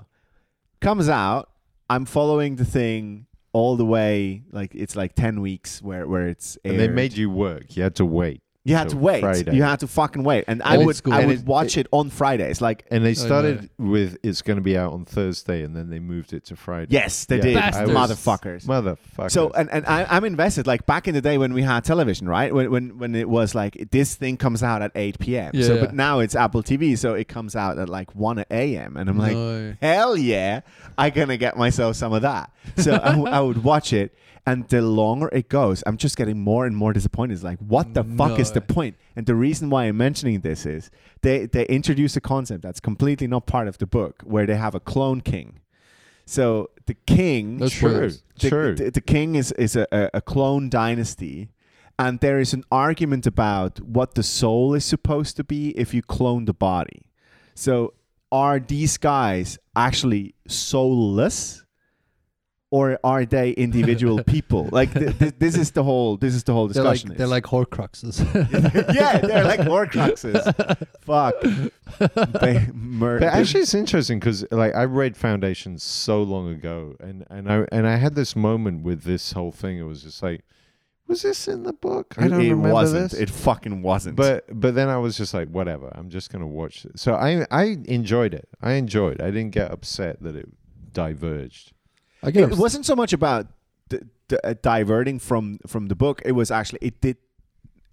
Speaker 2: Comes out, I'm following the thing all the way. Like, it's like ten weeks where where it's aired.
Speaker 3: and they made you work. You had to wait.
Speaker 2: you had to
Speaker 3: till
Speaker 2: wait.
Speaker 3: Friday.
Speaker 2: You had to fucking wait, and I
Speaker 4: Old
Speaker 2: would
Speaker 4: school.
Speaker 2: I
Speaker 4: And
Speaker 2: would
Speaker 3: it-
Speaker 2: watch it on Fridays. Like,
Speaker 3: And they
Speaker 4: know.
Speaker 3: started with it's going to be out on Thursday, and then they moved it to Friday.
Speaker 2: yes, they
Speaker 3: Yeah,
Speaker 2: did,
Speaker 3: I was-
Speaker 2: motherfuckers.
Speaker 3: Motherfucker.
Speaker 2: So and, and I, I'm invested. Like back in the day when we had television, right? When when, when it was like this thing comes out at 8 p.m. so
Speaker 4: Yeah.
Speaker 2: but now it's Apple TV, so it comes out at like 1 a.m. And I'm like,
Speaker 4: No.
Speaker 2: hell yeah, i gonna get myself some of that. So I, w- I would watch it, and the longer it goes, I'm just getting more and more disappointed. It's like, what the fuck is
Speaker 4: No.
Speaker 2: the point? And the reason why I'm mentioning this is they they introduce a concept that's completely not part of the book, where they have a clone king. So the king
Speaker 4: That's
Speaker 3: true.
Speaker 4: spoilers.
Speaker 2: the,
Speaker 3: True.
Speaker 2: The, the king is is a, a, a clone dynasty, and there is an argument about what the soul is supposed to be if you clone the body. So are these guys actually soulless or are they individual people like th- th- this is the whole this is the whole
Speaker 4: They're like
Speaker 2: discussion
Speaker 4: they're like horcruxes.
Speaker 2: yeah they're like horcruxes fuck they mur-
Speaker 3: But actually, it's interesting because like I read Foundations so long ago, and and I and I had this moment with this whole thing. It was just like, was this in the book? I don't
Speaker 2: it
Speaker 3: remember
Speaker 2: wasn't
Speaker 3: this.
Speaker 2: it fucking wasn't
Speaker 3: but but then I was just like, whatever. I'm just gonna watch it. So I I enjoyed it. I enjoyed. I didn't get upset that it diverged.
Speaker 4: I get
Speaker 2: it
Speaker 4: upset.
Speaker 2: wasn't so much about d- d- uh, diverting from from the book it was actually it did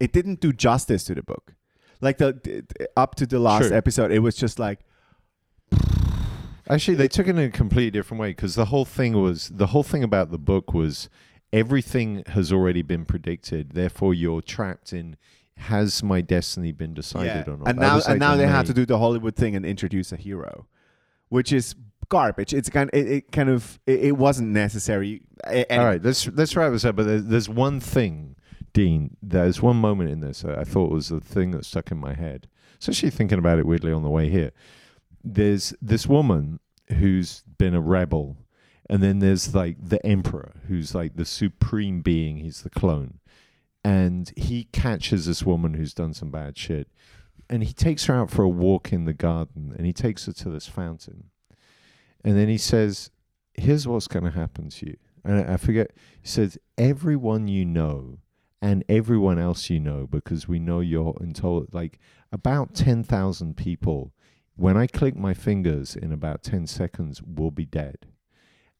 Speaker 2: it didn't do justice to the book like the d- d- up to the last
Speaker 3: True.
Speaker 2: episode it was just like
Speaker 3: Actually, they took it in a completely different way because the whole thing was the whole thing about the book was everything has already been predicted. Therefore, you're trapped in has my destiny been decided or not?
Speaker 2: And
Speaker 3: I
Speaker 2: now,
Speaker 3: was
Speaker 2: and
Speaker 3: like,
Speaker 2: now they have
Speaker 3: "Nay."
Speaker 2: to do the Hollywood thing and introduce a hero, which is garbage. It's kind, it, it kind of, it, it wasn't necessary. A- and-
Speaker 3: All right, let's let's wrap this up. But there's, there's one thing, Dean. There's one moment in this that I thought was the thing that stuck in my head. Especially thinking about it weirdly on the way here. There's this woman who's been a rebel, and then there's like the emperor, who's like the supreme being. He's the clone, and he catches this woman who's done some bad shit, and he takes her out for a walk in the garden, and he takes her to this fountain, and then he says, "Here's what's going to happen to you." and I I forget. He says, "Everyone you know, and everyone else you know, because we know you're untold. Like about ten thousand people. When I click my fingers in about ten seconds, will be dead,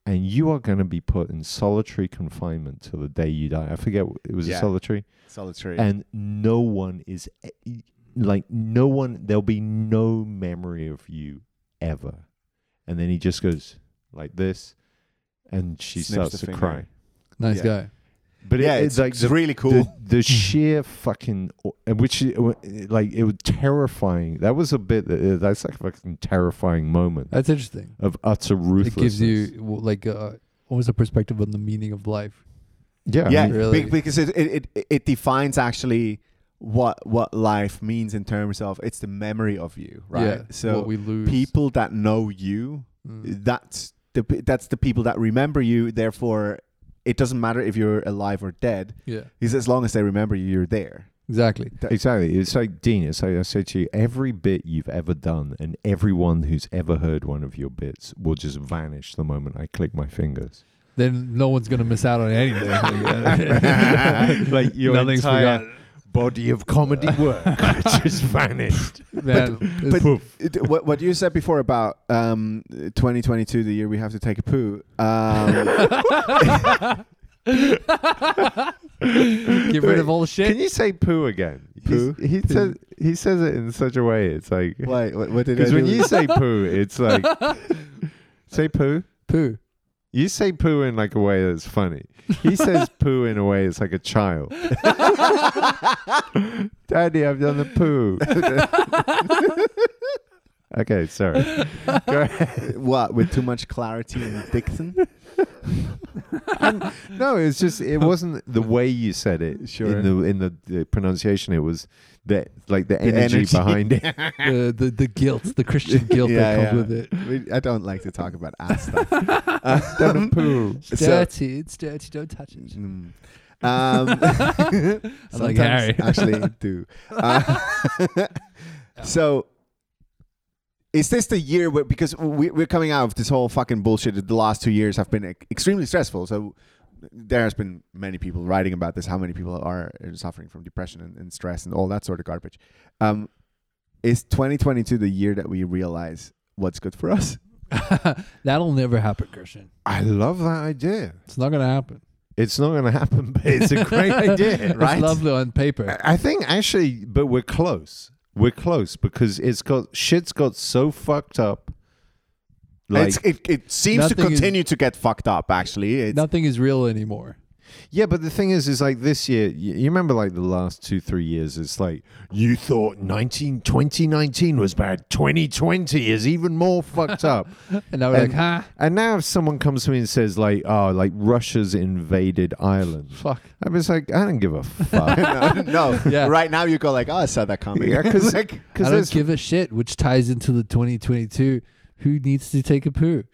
Speaker 3: and you are going to be put in solitary confinement till the day you die. I forget. wh- It was
Speaker 2: Yeah.
Speaker 3: a solitary,
Speaker 2: Solitary.
Speaker 3: and no one is e- like no one. There'll be no memory of you ever." And then he just goes like this, and she
Speaker 2: Snips the
Speaker 3: starts to
Speaker 2: finger.
Speaker 3: cry.
Speaker 4: nice
Speaker 2: yeah.
Speaker 4: guy.
Speaker 3: But
Speaker 2: yeah,
Speaker 3: it,
Speaker 2: it's,
Speaker 3: it's like
Speaker 2: it's
Speaker 3: the,
Speaker 2: really cool.
Speaker 3: the, the sheer fucking which it wa- eh, like it was terrifying. That was a bit that- that's like a fucking terrifying moment
Speaker 4: That's interesting.
Speaker 3: of utter
Speaker 4: It
Speaker 3: ruthlessness.
Speaker 4: gives you w- like uh, almost a perspective on the meaning of life.
Speaker 3: yeah,
Speaker 2: yeah,
Speaker 3: I mean,
Speaker 4: really-
Speaker 2: be- because it, it, it, it defines actually what what life means in terms of it's the memory of you, right?
Speaker 4: Yeah,
Speaker 2: so
Speaker 4: what we lose.
Speaker 2: people that know you,
Speaker 4: Mm.
Speaker 2: that's the pe- that's the people that remember you. Therefore, it doesn't matter if you're alive or dead,
Speaker 4: Yeah,
Speaker 2: because as long as they remember you, you're there.
Speaker 4: exactly.
Speaker 3: exactly. It's like Dean. It's like I said to you, every bit you've ever done and everyone who's ever heard one of your bits will just vanish the moment I click my fingers.
Speaker 4: Then no one's gonna miss out on anything.
Speaker 3: like your
Speaker 4: Nothing's
Speaker 3: entire
Speaker 4: forgotten.
Speaker 3: body of comedy work just vanished.
Speaker 4: Man, it's-
Speaker 2: but it- what, what you said before about um, 2022, the year we have to take a poo. Um,
Speaker 4: get rid of all the shit.
Speaker 3: Can you say poo again?
Speaker 2: Poo?
Speaker 3: He's- He says he says it in such a way. It's like
Speaker 2: wait, what, what did I
Speaker 3: because when
Speaker 2: do?
Speaker 3: you say poo, it's like say poo.
Speaker 4: Poo.
Speaker 3: You say poo in like a way that's funny. He says poo in a way it's like a child. Daddy, I've done the poo. okay, sorry. Go ahead.
Speaker 2: what with too much clarity and diction?
Speaker 3: No, it's just it wasn't the way you said it.
Speaker 2: Sure.
Speaker 3: In the in the, the pronunciation, it was that like the energy,
Speaker 2: energy.
Speaker 3: behind it.
Speaker 4: The, the the guilt, the Christian guilt that
Speaker 2: Eh. Yeah,
Speaker 4: comes
Speaker 2: yeah.
Speaker 4: with it.
Speaker 2: We- I don't like to talk about ass stuff. Uh,
Speaker 3: Done the poo.
Speaker 4: It's
Speaker 2: So-
Speaker 4: dirty. it's dirty. Don't touch it.
Speaker 2: Mm. Um,
Speaker 4: I like
Speaker 2: sometimes
Speaker 4: Harry.
Speaker 2: actually do. Uh, so is this the year where because we, we're coming out of this whole fucking bullshit that the last two years have been ex- extremely stressful so there has been many people writing about this how many people are suffering from depression and, and stress and all that sort of garbage um, is 2022 the year that we realize what's good for us
Speaker 4: That'll never happen, Christian.
Speaker 3: I love that idea.
Speaker 4: It's not gonna happen.
Speaker 3: It's not going to happen, but it's a great idea, right?
Speaker 4: It's lovely on paper.
Speaker 3: I I think actually, but we're close. We're close because it's got shit's got so fucked up. Like
Speaker 2: it's, it, it seems to
Speaker 4: Nothing is-
Speaker 2: continue to get fucked up actually it's,
Speaker 4: Nothing is real anymore.
Speaker 3: Yeah, but the thing is, is like this year, y- you remember like the last two, three years, it's like you thought 19, 2019 was bad. 2020 is even more fucked up.
Speaker 4: And now we're
Speaker 3: And-
Speaker 4: like, "Ah, ha,
Speaker 3: And now if someone comes to me and says like, oh, like Russia's invaded Ireland.
Speaker 4: fuck.
Speaker 3: I was like, I don't give a fuck.
Speaker 2: no, no.
Speaker 4: Yeah.
Speaker 2: right now you go like, oh, I saw that coming.
Speaker 3: Yeah, 'cause-
Speaker 2: like,
Speaker 4: I
Speaker 3: Because
Speaker 4: don't give a shit, which ties into the 2022. Who needs to take a poo?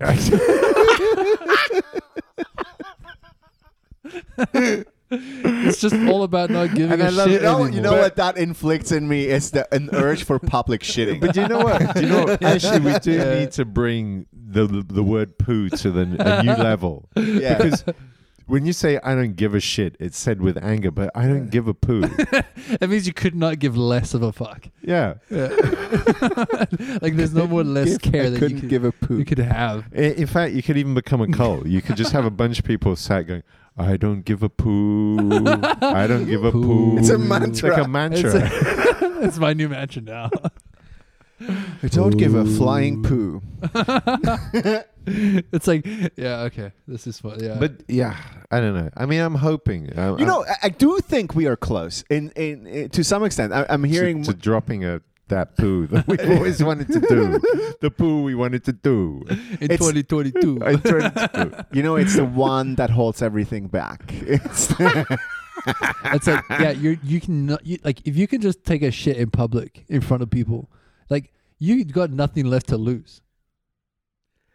Speaker 4: It's just all about not giving
Speaker 3: And
Speaker 4: a
Speaker 3: I love-
Speaker 4: shit
Speaker 2: Oh, you know,
Speaker 4: anymore.
Speaker 2: you know what that inflicts in me is the an urge for public shitting.
Speaker 3: But do you know what? Do you know what? Actually, we do
Speaker 4: Yeah.
Speaker 3: need to bring the the word poo to the, a new level.
Speaker 2: yeah.
Speaker 3: Because when you say I don't give a shit, it's said with anger, but I don't give a poo.
Speaker 4: That means you could not give less of a fuck.
Speaker 3: Yeah.
Speaker 4: Like there's no more less care that you could,
Speaker 2: give a poop.
Speaker 4: you could have.
Speaker 3: I- In fact, you could even become a cult. You could just have a bunch of people sat going, I don't give a poo. I don't give a poo.
Speaker 4: Poo.
Speaker 2: It's a
Speaker 3: It's
Speaker 2: mantra.
Speaker 3: like a
Speaker 4: It's,
Speaker 3: mantra.
Speaker 4: it's my new mantra now.
Speaker 2: I don't give a flying poo.
Speaker 4: it's like, yeah, okay, this is fun. Yeah,
Speaker 3: But yeah, I don't know. I mean, I'm hoping. uh, I'm,
Speaker 2: You know, I, I do think we are close in in, in to some extent. I, I'm hearing
Speaker 3: to, to dropping a that poo that we've always wanted to do. The poo we wanted to do.
Speaker 4: in
Speaker 2: it's-
Speaker 4: 2022,
Speaker 3: I turned to
Speaker 2: You know, it's the one that holds everything back. It's
Speaker 4: it's like, yeah, you you can not, you, like if you can just take a shit in public in front of people, like you got nothing left to lose.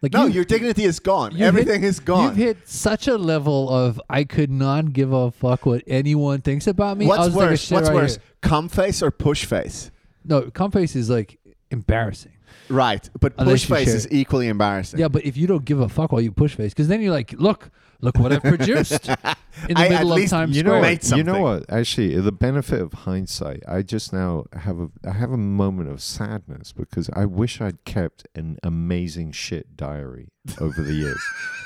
Speaker 4: Like
Speaker 2: no,
Speaker 4: you,
Speaker 2: your dignity is gone.
Speaker 4: you
Speaker 2: Everything is
Speaker 4: You've
Speaker 2: gone.
Speaker 4: hit such a level of I could not give a fuck what anyone thinks about me. I'll
Speaker 2: What's
Speaker 4: just take a
Speaker 2: worse?
Speaker 4: shit
Speaker 2: What's
Speaker 4: right
Speaker 2: worse?
Speaker 4: here.
Speaker 2: Cum face or push face?
Speaker 4: No, cum face is like embarrassing.
Speaker 2: Right, but
Speaker 4: Unless
Speaker 2: push
Speaker 4: you
Speaker 2: face
Speaker 4: share
Speaker 2: is
Speaker 4: it.
Speaker 2: equally embarrassing.
Speaker 4: Yeah, but if you don't give a fuck while you push face, because then you're like, look, look what I've produced in the
Speaker 2: I at
Speaker 4: middle of
Speaker 2: least-
Speaker 4: Times
Speaker 3: you know
Speaker 4: Square.
Speaker 2: Made
Speaker 3: what, you know
Speaker 2: something.
Speaker 3: what actually the benefit of hindsight i just now have a i have a moment of sadness because i wish i'd kept an amazing shit diary over the years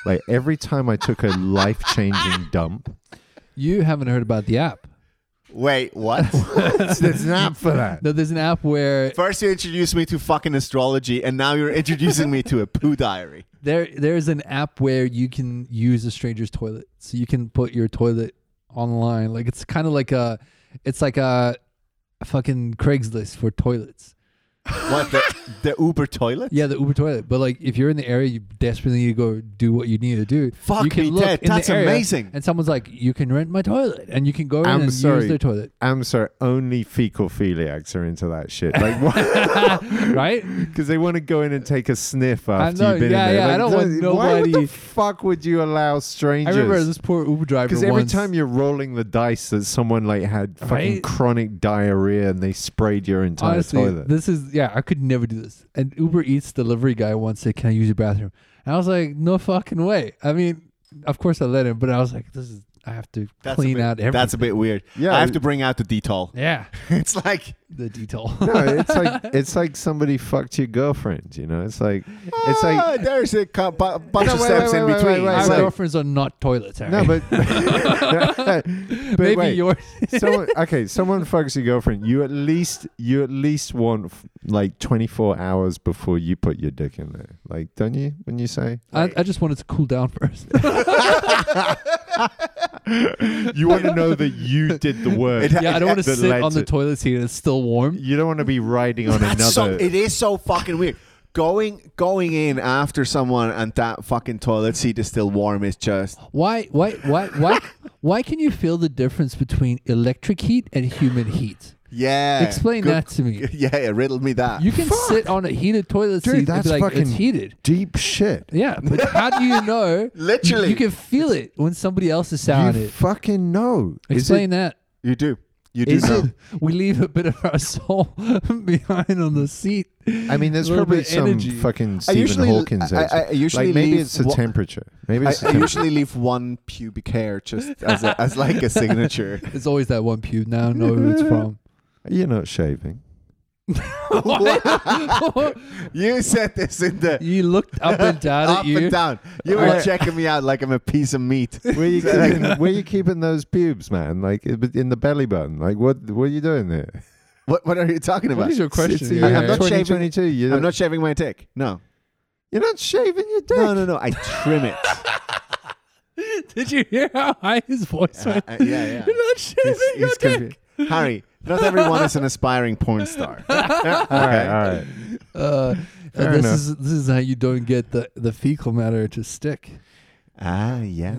Speaker 3: like every time i took a life-changing dump
Speaker 4: You haven't heard about the app.
Speaker 2: Wait, what?
Speaker 3: it's not for that
Speaker 4: No, there's an app where
Speaker 2: First, you introduced me to fucking astrology, and now you're introducing me to a poo diary.
Speaker 4: there there's an app where you can use a stranger's toilet. So you can put your toilet online. Like it's kind of like a it's like a fucking Craigslist for toilets.
Speaker 2: What the, the Uber toilet?
Speaker 4: Yeah, the Uber toilet. But like, if you're in the area, you desperately need to go do what you need to do.
Speaker 2: Fuck
Speaker 4: you can
Speaker 2: me
Speaker 4: look
Speaker 2: dead.
Speaker 4: in the
Speaker 2: That's
Speaker 4: area,
Speaker 2: amazing.
Speaker 4: And someone's like, "You can rent my toilet," and you can go in
Speaker 3: I'm
Speaker 4: and
Speaker 3: sorry.
Speaker 4: use their toilet,
Speaker 3: i'm sorry only fecal philiacs are into that shit like why
Speaker 4: right?
Speaker 3: because they want to go in and take a sniff after
Speaker 4: know,
Speaker 3: you've been
Speaker 4: yeah,
Speaker 3: in there
Speaker 4: yeah, I
Speaker 3: Like,
Speaker 4: don't want
Speaker 3: why what
Speaker 4: nobody-
Speaker 3: the fuck would you allow
Speaker 4: I
Speaker 3: strangers
Speaker 4: remember this poor Uber driver.
Speaker 3: Because every
Speaker 4: once-
Speaker 3: time you're rolling the dice that someone like had fucking
Speaker 4: Right?
Speaker 3: chronic diarrhea and they sprayed your entire
Speaker 4: honestly,
Speaker 3: toilet.
Speaker 4: this is yeah, I could never do this. And Uber Eats delivery guy once said, "Can I use your bathroom?" And I was like, "No fucking way." I mean, of course I let him, but I was like, "This is I have to
Speaker 2: That's
Speaker 4: clean
Speaker 2: a bit,
Speaker 4: out everything."
Speaker 2: That's a bit weird.
Speaker 3: Yeah.
Speaker 2: I have to bring out the detol.
Speaker 4: yeah,
Speaker 2: It's like
Speaker 4: the detail.
Speaker 3: no, it's like it's like somebody fucked your girlfriend. You know, it's like it's
Speaker 2: "Ah,
Speaker 3: like
Speaker 2: there's a cu- bu- bunch
Speaker 3: No,
Speaker 2: of
Speaker 3: wait,
Speaker 2: steps
Speaker 3: wait,
Speaker 2: in
Speaker 3: wait, wait,
Speaker 2: between.
Speaker 3: wait,
Speaker 4: Our
Speaker 2: It's
Speaker 3: wait.
Speaker 2: like,
Speaker 4: girlfriends are not toilets. Harry.
Speaker 3: no, but, but
Speaker 4: maybe
Speaker 3: wait.
Speaker 4: yours.
Speaker 3: someone okay, someone fucks your girlfriend. You at least you at least want f- like 24 hours before you put your dick in there. Like, don't you? When you say
Speaker 4: I, I just wanted to cool down first.
Speaker 3: you want to know that you did the work.
Speaker 2: It-
Speaker 4: yeah, I don't want to
Speaker 3: That
Speaker 4: sit
Speaker 3: led
Speaker 4: on the
Speaker 3: to-
Speaker 4: toilet seat and it's still warm.
Speaker 3: you don't want to be riding on another.
Speaker 2: that's so, it is so fucking weird. Going going in after someone and that fucking toilet seat is still warm is just
Speaker 4: Why? Why? Why? Why? why can you feel the difference between electric heat and human heat?
Speaker 2: yeah.
Speaker 4: Explain
Speaker 2: Eh, Good-
Speaker 4: that to me.
Speaker 2: Yeah, yeah, riddle me that.
Speaker 4: You can sit on a heated toilet
Speaker 3: Dude,
Speaker 4: seat
Speaker 3: that's
Speaker 4: and be like,
Speaker 3: fucking-
Speaker 4: it's heated.
Speaker 3: deep shit.
Speaker 4: Yeah, but how do you know?
Speaker 2: Literally.
Speaker 4: you can feel it when somebody else is sound
Speaker 3: you
Speaker 4: it.
Speaker 3: fucking know.
Speaker 4: Explain that.
Speaker 2: you do. You do
Speaker 4: Is
Speaker 2: know.
Speaker 4: it? We leave a bit of our soul behind on the seat.
Speaker 3: I mean, there's
Speaker 4: A little
Speaker 3: probably
Speaker 4: bit of
Speaker 3: some
Speaker 4: energy.
Speaker 3: fucking
Speaker 2: I
Speaker 3: Stephen
Speaker 2: usually-
Speaker 3: Hawkins.
Speaker 2: I- I-
Speaker 3: expert.
Speaker 2: I usually
Speaker 3: like, maybe
Speaker 2: leave
Speaker 3: it's the
Speaker 2: wa-
Speaker 3: temperature. Maybe
Speaker 2: I,
Speaker 3: it's
Speaker 2: I
Speaker 3: the temperature.
Speaker 2: usually leave one pubic hair just as a, as like a signature.
Speaker 4: It's always that one pube. Now I know who it's from.
Speaker 3: You're not shaving.
Speaker 2: you said this in the
Speaker 4: You looked up and down
Speaker 2: up
Speaker 4: at you.
Speaker 2: and down. You were
Speaker 3: Alright.
Speaker 2: checking me out like I'm a piece of meat.
Speaker 3: Where you keeping, where you keeping those pubes, man? Like it- in the belly button. Like what? What are you doing there?
Speaker 2: What what are you talking about?
Speaker 4: What is your question?
Speaker 3: It's the
Speaker 4: here,
Speaker 3: year
Speaker 2: I'm
Speaker 4: Harry?
Speaker 2: not shaving-
Speaker 3: 2022. You're
Speaker 2: I'm
Speaker 3: not,
Speaker 2: not shaving my dick. No.
Speaker 3: you're not shaving your dick.
Speaker 2: No, no, no. I trim it.
Speaker 4: Did you hear how high his voice
Speaker 2: Uh,
Speaker 4: went?
Speaker 2: uh, yeah, yeah.
Speaker 4: You're not shaving
Speaker 2: He's-
Speaker 4: your
Speaker 2: he's
Speaker 4: dick.
Speaker 2: confu- Harry, not everyone is an aspiring porn star. Okay.
Speaker 3: all right.
Speaker 4: Uh,
Speaker 3: Fair
Speaker 4: and this
Speaker 3: enough.
Speaker 4: is this is how you don't get the, the fecal matter to stick.
Speaker 2: Ah, yeah.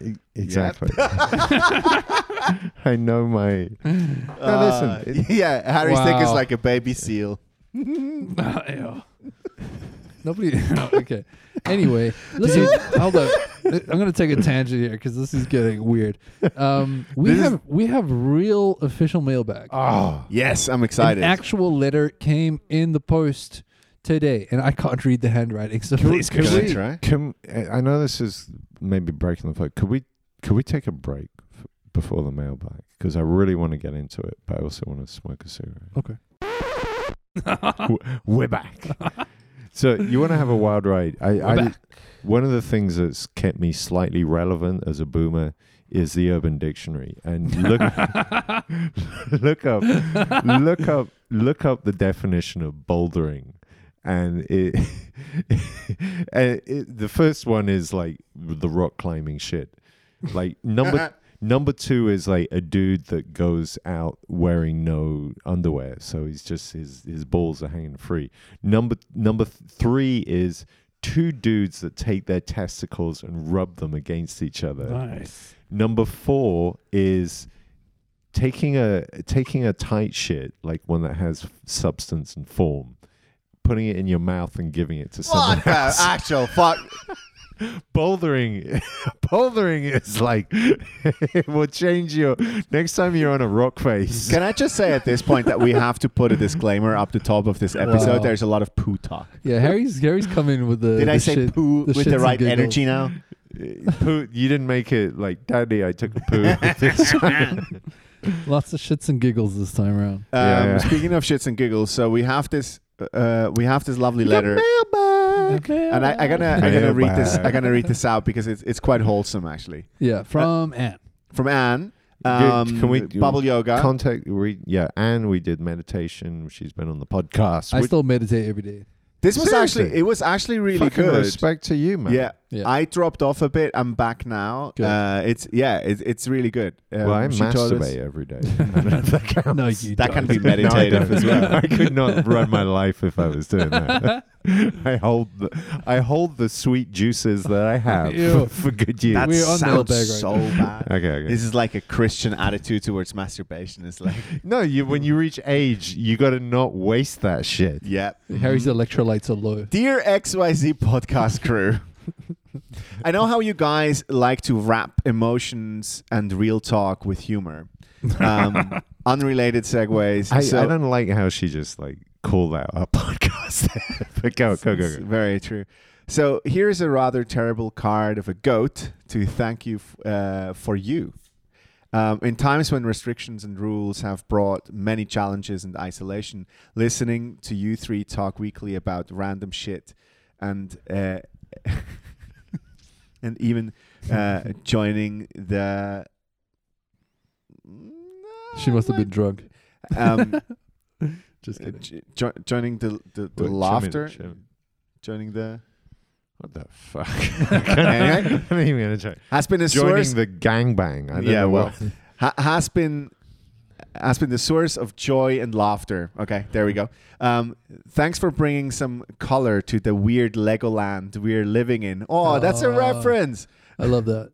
Speaker 3: E- exactly. I know my. Now
Speaker 2: Uh,
Speaker 3: listen, it-
Speaker 2: yeah, Harry's dick is
Speaker 4: Wow.
Speaker 2: like a baby seal.
Speaker 4: Ew. Nobody. okay. Anyway, listen. hold up. I'm gonna take a tangent here because this is getting weird. Um, we
Speaker 2: This is- Ah,
Speaker 4: have we have real official mailbag.
Speaker 3: Oh,
Speaker 2: Yes, I'm
Speaker 4: An
Speaker 2: excited.
Speaker 4: actual letter came in the post today, and I can't read the handwriting. So please,
Speaker 2: Can
Speaker 4: can
Speaker 2: I
Speaker 4: we?
Speaker 2: try?
Speaker 3: can I know this is maybe breaking the flow. Could we could we take a break f- before the mailbag? Because I really want to get into it, but I also want to smoke a cigarette.
Speaker 4: Okay.
Speaker 3: W- We're back. so you want to have a wild ride? I, I one of the things that's kept me slightly relevant as a boomer is the Urban Dictionary, and look look up look up look up the definition of bouldering and it, and it the first one is like the rock climbing shit like number number 2 is like a dude that goes out wearing no underwear so he's just his his balls are hanging free number number th- 3 is two dudes that take their testicles and rub them against each other
Speaker 1: Nice.
Speaker 3: Number four is taking a taking a tight shit, like one that has f- substance and form, putting it in your mouth and giving it to someone
Speaker 2: What Uh, the
Speaker 3: else.
Speaker 2: actual fuck?
Speaker 3: bouldering, bouldering is like it will change your next time you're on a rock face.
Speaker 2: Can I just say at this point that we have to put a disclaimer up the top of this episode?
Speaker 4: Wow.
Speaker 2: There's a lot of poo talk.
Speaker 4: Yeah, Harry's Harry's coming with the.
Speaker 2: Did
Speaker 4: the
Speaker 2: I say
Speaker 4: shit.
Speaker 2: poo
Speaker 4: the
Speaker 2: with
Speaker 4: shits
Speaker 2: the
Speaker 4: and
Speaker 2: right
Speaker 4: giggles.
Speaker 2: energy now?
Speaker 3: Uh, poo, you didn't make it like, Daddy, I took a poo. with this one."
Speaker 4: Lots of shits and giggles this time around.
Speaker 2: Um,
Speaker 3: Yeah, yeah.
Speaker 2: Speaking of shits and giggles, so we have this, uh, we have this lovely letter, and I, I gotta, I gotta read this, I gotta read this out because it's it's quite wholesome actually.
Speaker 4: Yeah, from Ant.
Speaker 2: From Anne,
Speaker 3: Good.
Speaker 2: um,
Speaker 3: Can we do-
Speaker 2: bubble yoga?
Speaker 3: Uh, Contact, we, yeah, and we did meditation. She's been on the podcast.
Speaker 4: I
Speaker 3: We-
Speaker 4: still meditate every day.
Speaker 2: this was
Speaker 3: Seriously?
Speaker 2: actually, it was actually really
Speaker 3: Fucking
Speaker 2: good.
Speaker 3: Respect to you, man.
Speaker 2: Yeah.
Speaker 4: Yeah.
Speaker 2: I dropped off a bit. I'm back now.
Speaker 4: Good.
Speaker 2: Uh, it's yeah, it's it's really good. Um,
Speaker 3: well, I
Speaker 2: she told us-
Speaker 3: masturbate every day. that counts.
Speaker 4: No, you
Speaker 2: That can
Speaker 4: don't.
Speaker 2: be
Speaker 3: No, I don't.
Speaker 2: meditative as well.
Speaker 3: I could not run my life if I was doing that. I hold, the, I hold the sweet juices that I have
Speaker 4: Ew.
Speaker 3: for good use.
Speaker 2: That
Speaker 4: We're on
Speaker 2: sounds
Speaker 4: Mailbag right
Speaker 2: so bad.
Speaker 3: okay, okay.
Speaker 2: This is like a Christian attitude towards masturbation. It's like,
Speaker 3: no, you when you reach age, you got to not waste that shit.
Speaker 2: yeah.
Speaker 4: Harry's electrolytes are low.
Speaker 2: Dear XYZ podcast crew, I know how you guys like to wrap emotions and real talk with humor. Um, unrelated segues.
Speaker 3: I,
Speaker 2: so
Speaker 3: I don't like how she just like called out our podcast. but go, go, go,
Speaker 2: It's
Speaker 3: go.
Speaker 2: Very true. So here's a rather terrible card of a goat to thank you f- uh, for you. Um, in times when restrictions and rules have brought many challenges and isolation, listening to you three talk weekly about random shit and uh, and even uh, joining the
Speaker 4: She must have been drunk.
Speaker 2: um,
Speaker 4: Just kidding.
Speaker 2: jo- jo- joining the the, the
Speaker 3: Wait,
Speaker 2: laughter,
Speaker 3: Jimmy, Jimmy.
Speaker 2: joining the
Speaker 3: What the fuck? I'm not even gonna try.
Speaker 2: has been a
Speaker 3: Joining
Speaker 2: source
Speaker 3: the gangbang. I don't
Speaker 2: Yeah,
Speaker 3: know
Speaker 2: well,
Speaker 3: what.
Speaker 2: ha- has been has been the source of joy and laughter. Okay, there we go. Um, thanks for bringing some color to the weird Legoland we're living in. Oh, that's a
Speaker 4: Oh.
Speaker 2: reference.
Speaker 4: I love that.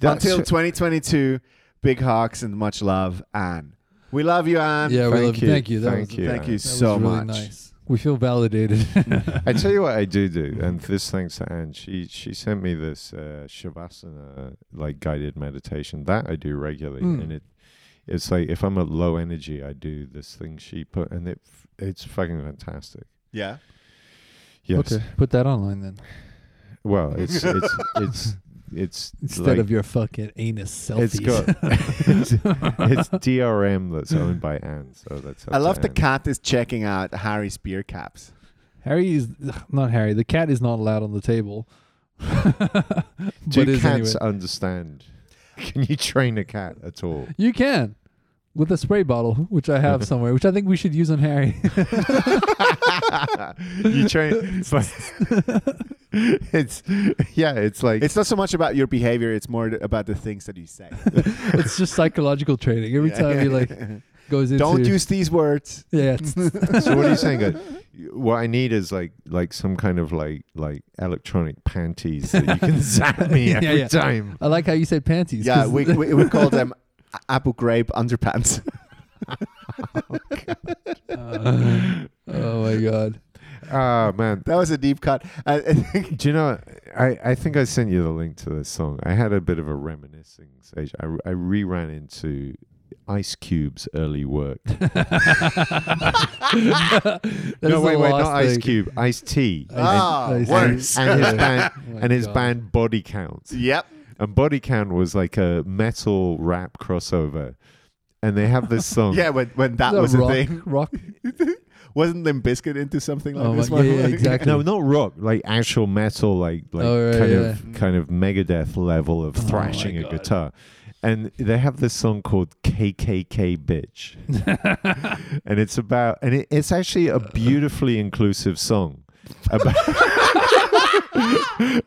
Speaker 3: That's-
Speaker 2: Until 2022, big hugs and much love, Anne. We love Um, you, Anne.
Speaker 4: Yeah, we
Speaker 3: thank
Speaker 4: love
Speaker 3: you,
Speaker 4: Thank you. That
Speaker 3: thank
Speaker 4: was,
Speaker 3: you.
Speaker 2: Thank you
Speaker 4: that was
Speaker 2: so
Speaker 4: really
Speaker 2: much.
Speaker 4: nice. We feel validated.
Speaker 3: I tell you what I do do, and this thanks to Anne. She she sent me this uh, shavasana like guided meditation that I do regularly,
Speaker 4: Mm.
Speaker 3: and it it's like if I'm at low energy, I do this thing she put, and it f- it's fucking fantastic.
Speaker 2: Yeah.
Speaker 3: Yes.
Speaker 4: Okay, put that online then.
Speaker 3: Well, it's it's it's it's
Speaker 4: Instead
Speaker 3: like,
Speaker 4: of your fucking anus selfies.
Speaker 3: it's got it's, it's DRM that's owned by Anne, so that's up
Speaker 2: I
Speaker 3: to
Speaker 2: love the
Speaker 3: Anne.
Speaker 2: cat is checking out Harry's beer caps.
Speaker 4: Harry is ugh, not Harry. The cat is not allowed on the table. but
Speaker 3: Do
Speaker 4: is
Speaker 3: cats
Speaker 4: anyway.
Speaker 3: understand? Can you train a cat at all?
Speaker 4: You can. with a spray bottle, which I have somewhere, which I think we should use on Harry.
Speaker 3: you train. but- it's yeah. It's like
Speaker 2: It's not so much about your behavior; it's more about the things that you say.
Speaker 4: it's just psychological training. Every time he like goes into
Speaker 2: Don't use these words.
Speaker 4: yeah,
Speaker 3: so what are you saying guys? what i need is like like some kind of like like electronic panties that you can zap me
Speaker 4: Yeah,
Speaker 3: every
Speaker 4: yeah.
Speaker 3: time
Speaker 4: I like how you say panties.
Speaker 2: Yeah,
Speaker 4: 'cause
Speaker 2: we, we, we call them apple grape underpants.
Speaker 4: Uh, oh my god.
Speaker 3: ah man
Speaker 2: That was a deep cut. I, I think
Speaker 3: do you know i i think i sent you the link to this song i had a bit of a reminiscing stage i, I re-ran into ice cube's early work no wait wait not ice
Speaker 4: Oh
Speaker 3: cube ice t
Speaker 2: Ah, worse.
Speaker 3: and his band
Speaker 4: Oh my
Speaker 3: and his
Speaker 4: God.
Speaker 3: band body count
Speaker 2: Yep.
Speaker 3: and body count was like a metal rap crossover and they have this song
Speaker 2: Yeah, when, when that was
Speaker 4: rock,
Speaker 2: a thing.
Speaker 4: Rock.
Speaker 2: Wasn't Limp Bizkit into something like
Speaker 4: Oh
Speaker 2: this
Speaker 4: my-
Speaker 2: one?
Speaker 4: yeah, yeah, exactly.
Speaker 3: No, not rock, like actual metal, like like
Speaker 4: Oh, right,
Speaker 3: kind
Speaker 4: yeah.
Speaker 3: of kind of Megadeth level of
Speaker 4: Oh my
Speaker 3: thrashing a
Speaker 4: God.
Speaker 3: guitar. And they have this song called KKK Bitch. and it's about and it, it's actually a beautifully inclusive song about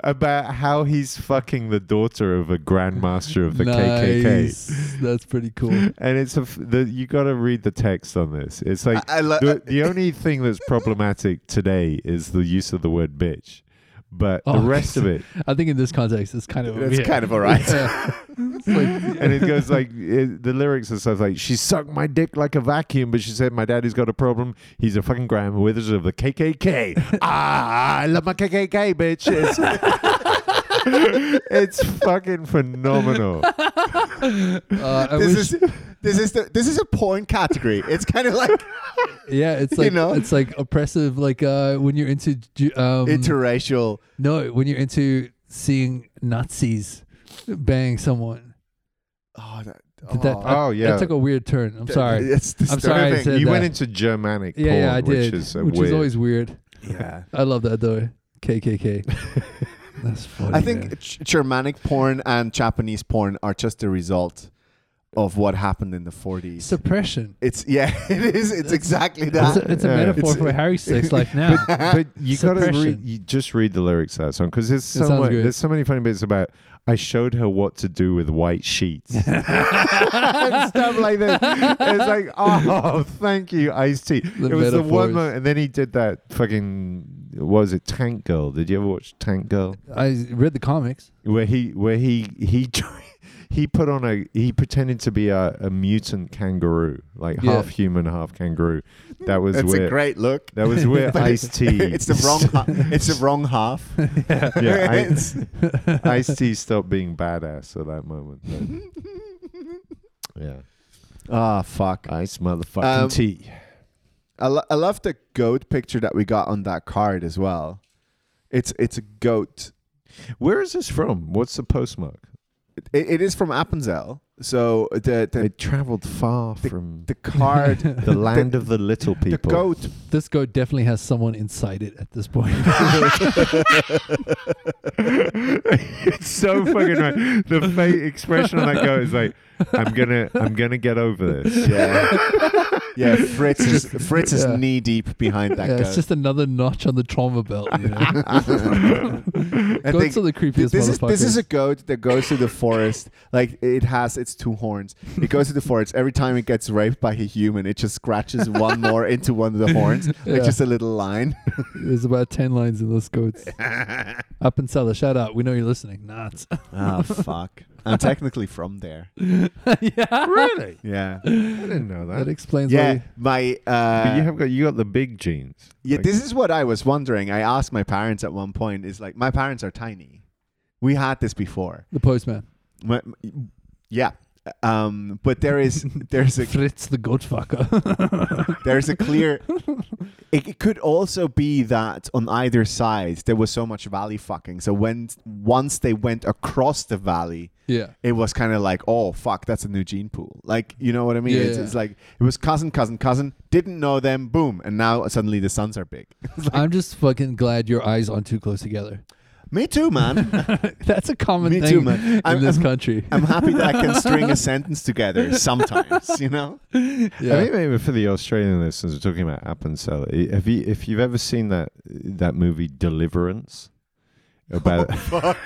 Speaker 3: about how he's fucking the daughter of a grandmaster of the KKK.
Speaker 4: Nice. That's pretty cool.
Speaker 3: And it's a f- the, you got to read the text on this. It's like
Speaker 2: I, I lo-
Speaker 3: the, the only thing that's problematic today is the use of the word bitch, but the
Speaker 4: Oh,
Speaker 3: rest of it,
Speaker 4: I think in this context, it's kind of
Speaker 2: that's
Speaker 4: yeah.
Speaker 2: kind of all right.
Speaker 4: Yeah. It's like-
Speaker 3: and it goes like it, the lyrics and stuff like she sucked my dick like a vacuum, but she said my daddy's got a problem. He's a fucking grand withers of the KKK. ah, I love my KKK bitch. It's, it's fucking phenomenal.
Speaker 4: uh, I wish-
Speaker 2: this is this is the this is a porn category. It's kind of like
Speaker 4: Um, yeah, it's
Speaker 2: you
Speaker 4: like
Speaker 2: know?
Speaker 4: it's like oppressive. Like uh, when you're into ju- um,
Speaker 2: interracial.
Speaker 4: no, when you're into seeing Nazis bang someone.
Speaker 2: Oh, that,
Speaker 4: Did that,
Speaker 2: oh.
Speaker 4: I-
Speaker 3: Oh, yeah.
Speaker 4: that took a weird turn. I'm
Speaker 2: Th-
Speaker 4: sorry.
Speaker 2: It's disturbing.
Speaker 4: sorry I said-
Speaker 3: You went
Speaker 4: that.
Speaker 3: into Germanic
Speaker 4: Yeah,
Speaker 3: porn,
Speaker 4: yeah, I did,
Speaker 3: which is uh,
Speaker 4: which
Speaker 3: weird.
Speaker 4: is always weird.
Speaker 2: yeah.
Speaker 4: I love that though. KKK. That's funny.
Speaker 2: I think
Speaker 4: man.
Speaker 2: G- Germanic porn and Japanese porn are just the result of what happened in the 40s.
Speaker 4: suppression.
Speaker 2: it's yeah, it is. It's exactly
Speaker 4: It's
Speaker 2: that.
Speaker 4: a, it's a
Speaker 3: Yeah.
Speaker 4: metaphor
Speaker 2: It's-
Speaker 4: for Harry's sex life now.
Speaker 3: but you gotta read,
Speaker 4: Ah, Suppression.
Speaker 3: you just read the lyrics to that song because there's so
Speaker 4: sounds
Speaker 3: much,
Speaker 4: good.
Speaker 3: there's so many funny bits about I showed her what to do with white sheets and stuff like that. It's like oh, thank you, Ice T. it was the one
Speaker 4: metaphors.
Speaker 3: moment, and then he did that fucking what was it Tank Girl? Did you ever watch Tank Girl?
Speaker 4: I read the comics.
Speaker 3: Where he where he he. He put on a. He pretended to be a, a mutant kangaroo, like
Speaker 4: Yeah.
Speaker 3: half human, half kangaroo. That was
Speaker 2: It's
Speaker 3: where.
Speaker 2: a great look.
Speaker 3: that was where
Speaker 2: But
Speaker 3: Ice T.
Speaker 2: it's the wrong. Ha- it's the wrong half.
Speaker 3: yeah, I,
Speaker 2: It's-
Speaker 3: Ice T stopped being badass at that moment. yeah,
Speaker 2: Ah, fuck.
Speaker 3: Ice motherfucking
Speaker 2: Um,
Speaker 3: T.
Speaker 2: I, lo- I love the goat picture that we got on that card as well. It's it's a goat.
Speaker 3: Where is this from? What's the postmark?
Speaker 2: It, it is from Appenzell. So the the,
Speaker 3: it traveled far from
Speaker 2: the card,
Speaker 3: the, land of the little
Speaker 2: the
Speaker 3: people.
Speaker 2: goat.
Speaker 4: This goat definitely has someone inside it at this point.
Speaker 3: it's so fucking right. The fate expression on that goat is like, I'm gonna, I'm gonna get over this.
Speaker 2: Yeah, yeah. Fritz is Fritz is
Speaker 4: Yeah.
Speaker 2: knee deep behind that
Speaker 4: yeah,
Speaker 2: goat.
Speaker 4: it's just another notch on the trauma belt. You know?
Speaker 2: I
Speaker 4: Goats
Speaker 2: think-
Speaker 4: are the creepiest
Speaker 2: this is
Speaker 4: motherfuckers.
Speaker 2: this is a goat that goes to the forest. Like it has its two horns. It goes to the forest every time it gets raped by a human. It just scratches one more into one of the horns, like
Speaker 4: Yeah.
Speaker 2: just a little line.
Speaker 4: There's about ten lines in those goats. Up and cellar, shout out. We know you're listening. Nuts.
Speaker 2: Ah, fuck. I'm technically from there.
Speaker 4: yeah,
Speaker 3: Really?
Speaker 2: Yeah.
Speaker 3: I didn't know
Speaker 4: that
Speaker 3: that.
Speaker 4: explains.
Speaker 2: Yeah,
Speaker 4: why
Speaker 2: my
Speaker 3: but you
Speaker 2: uh,
Speaker 3: have got, you got the big genes.
Speaker 2: yeah.
Speaker 3: Like-
Speaker 2: This is what I was wondering. I asked my parents at one point. Is like my parents are tiny. We had this before.
Speaker 4: the postman.
Speaker 2: My, m- yeah, um, but there is there's a
Speaker 4: Fritz the goat fucker.
Speaker 2: there's a clear. It, it could also be that on either side there was so much valley fucking. So when once they went across the valley,
Speaker 4: yeah.
Speaker 2: it was kind of like, oh fuck, that's a new gene pool. Like, you know what I mean?
Speaker 4: Yeah,
Speaker 2: it's,
Speaker 4: yeah.
Speaker 2: it's like it was cousin, cousin, cousin. Didn't know them. Boom, and now suddenly the sons are big.
Speaker 4: I'm just fucking glad your eyes aren't too close together.
Speaker 2: Me too, man.
Speaker 4: That's a common
Speaker 2: Me
Speaker 4: thing
Speaker 2: too, man.
Speaker 4: in
Speaker 2: I'm,
Speaker 4: this
Speaker 2: I'm,
Speaker 4: country.
Speaker 2: I'm happy that I can string a sentence together sometimes, you know?
Speaker 4: yeah.
Speaker 3: I think maybe for the Australian listeners, we're talking about Appenzell. I- Have you, if you've ever seen that that movie Deliverance, about Uh,
Speaker 2: Fuck.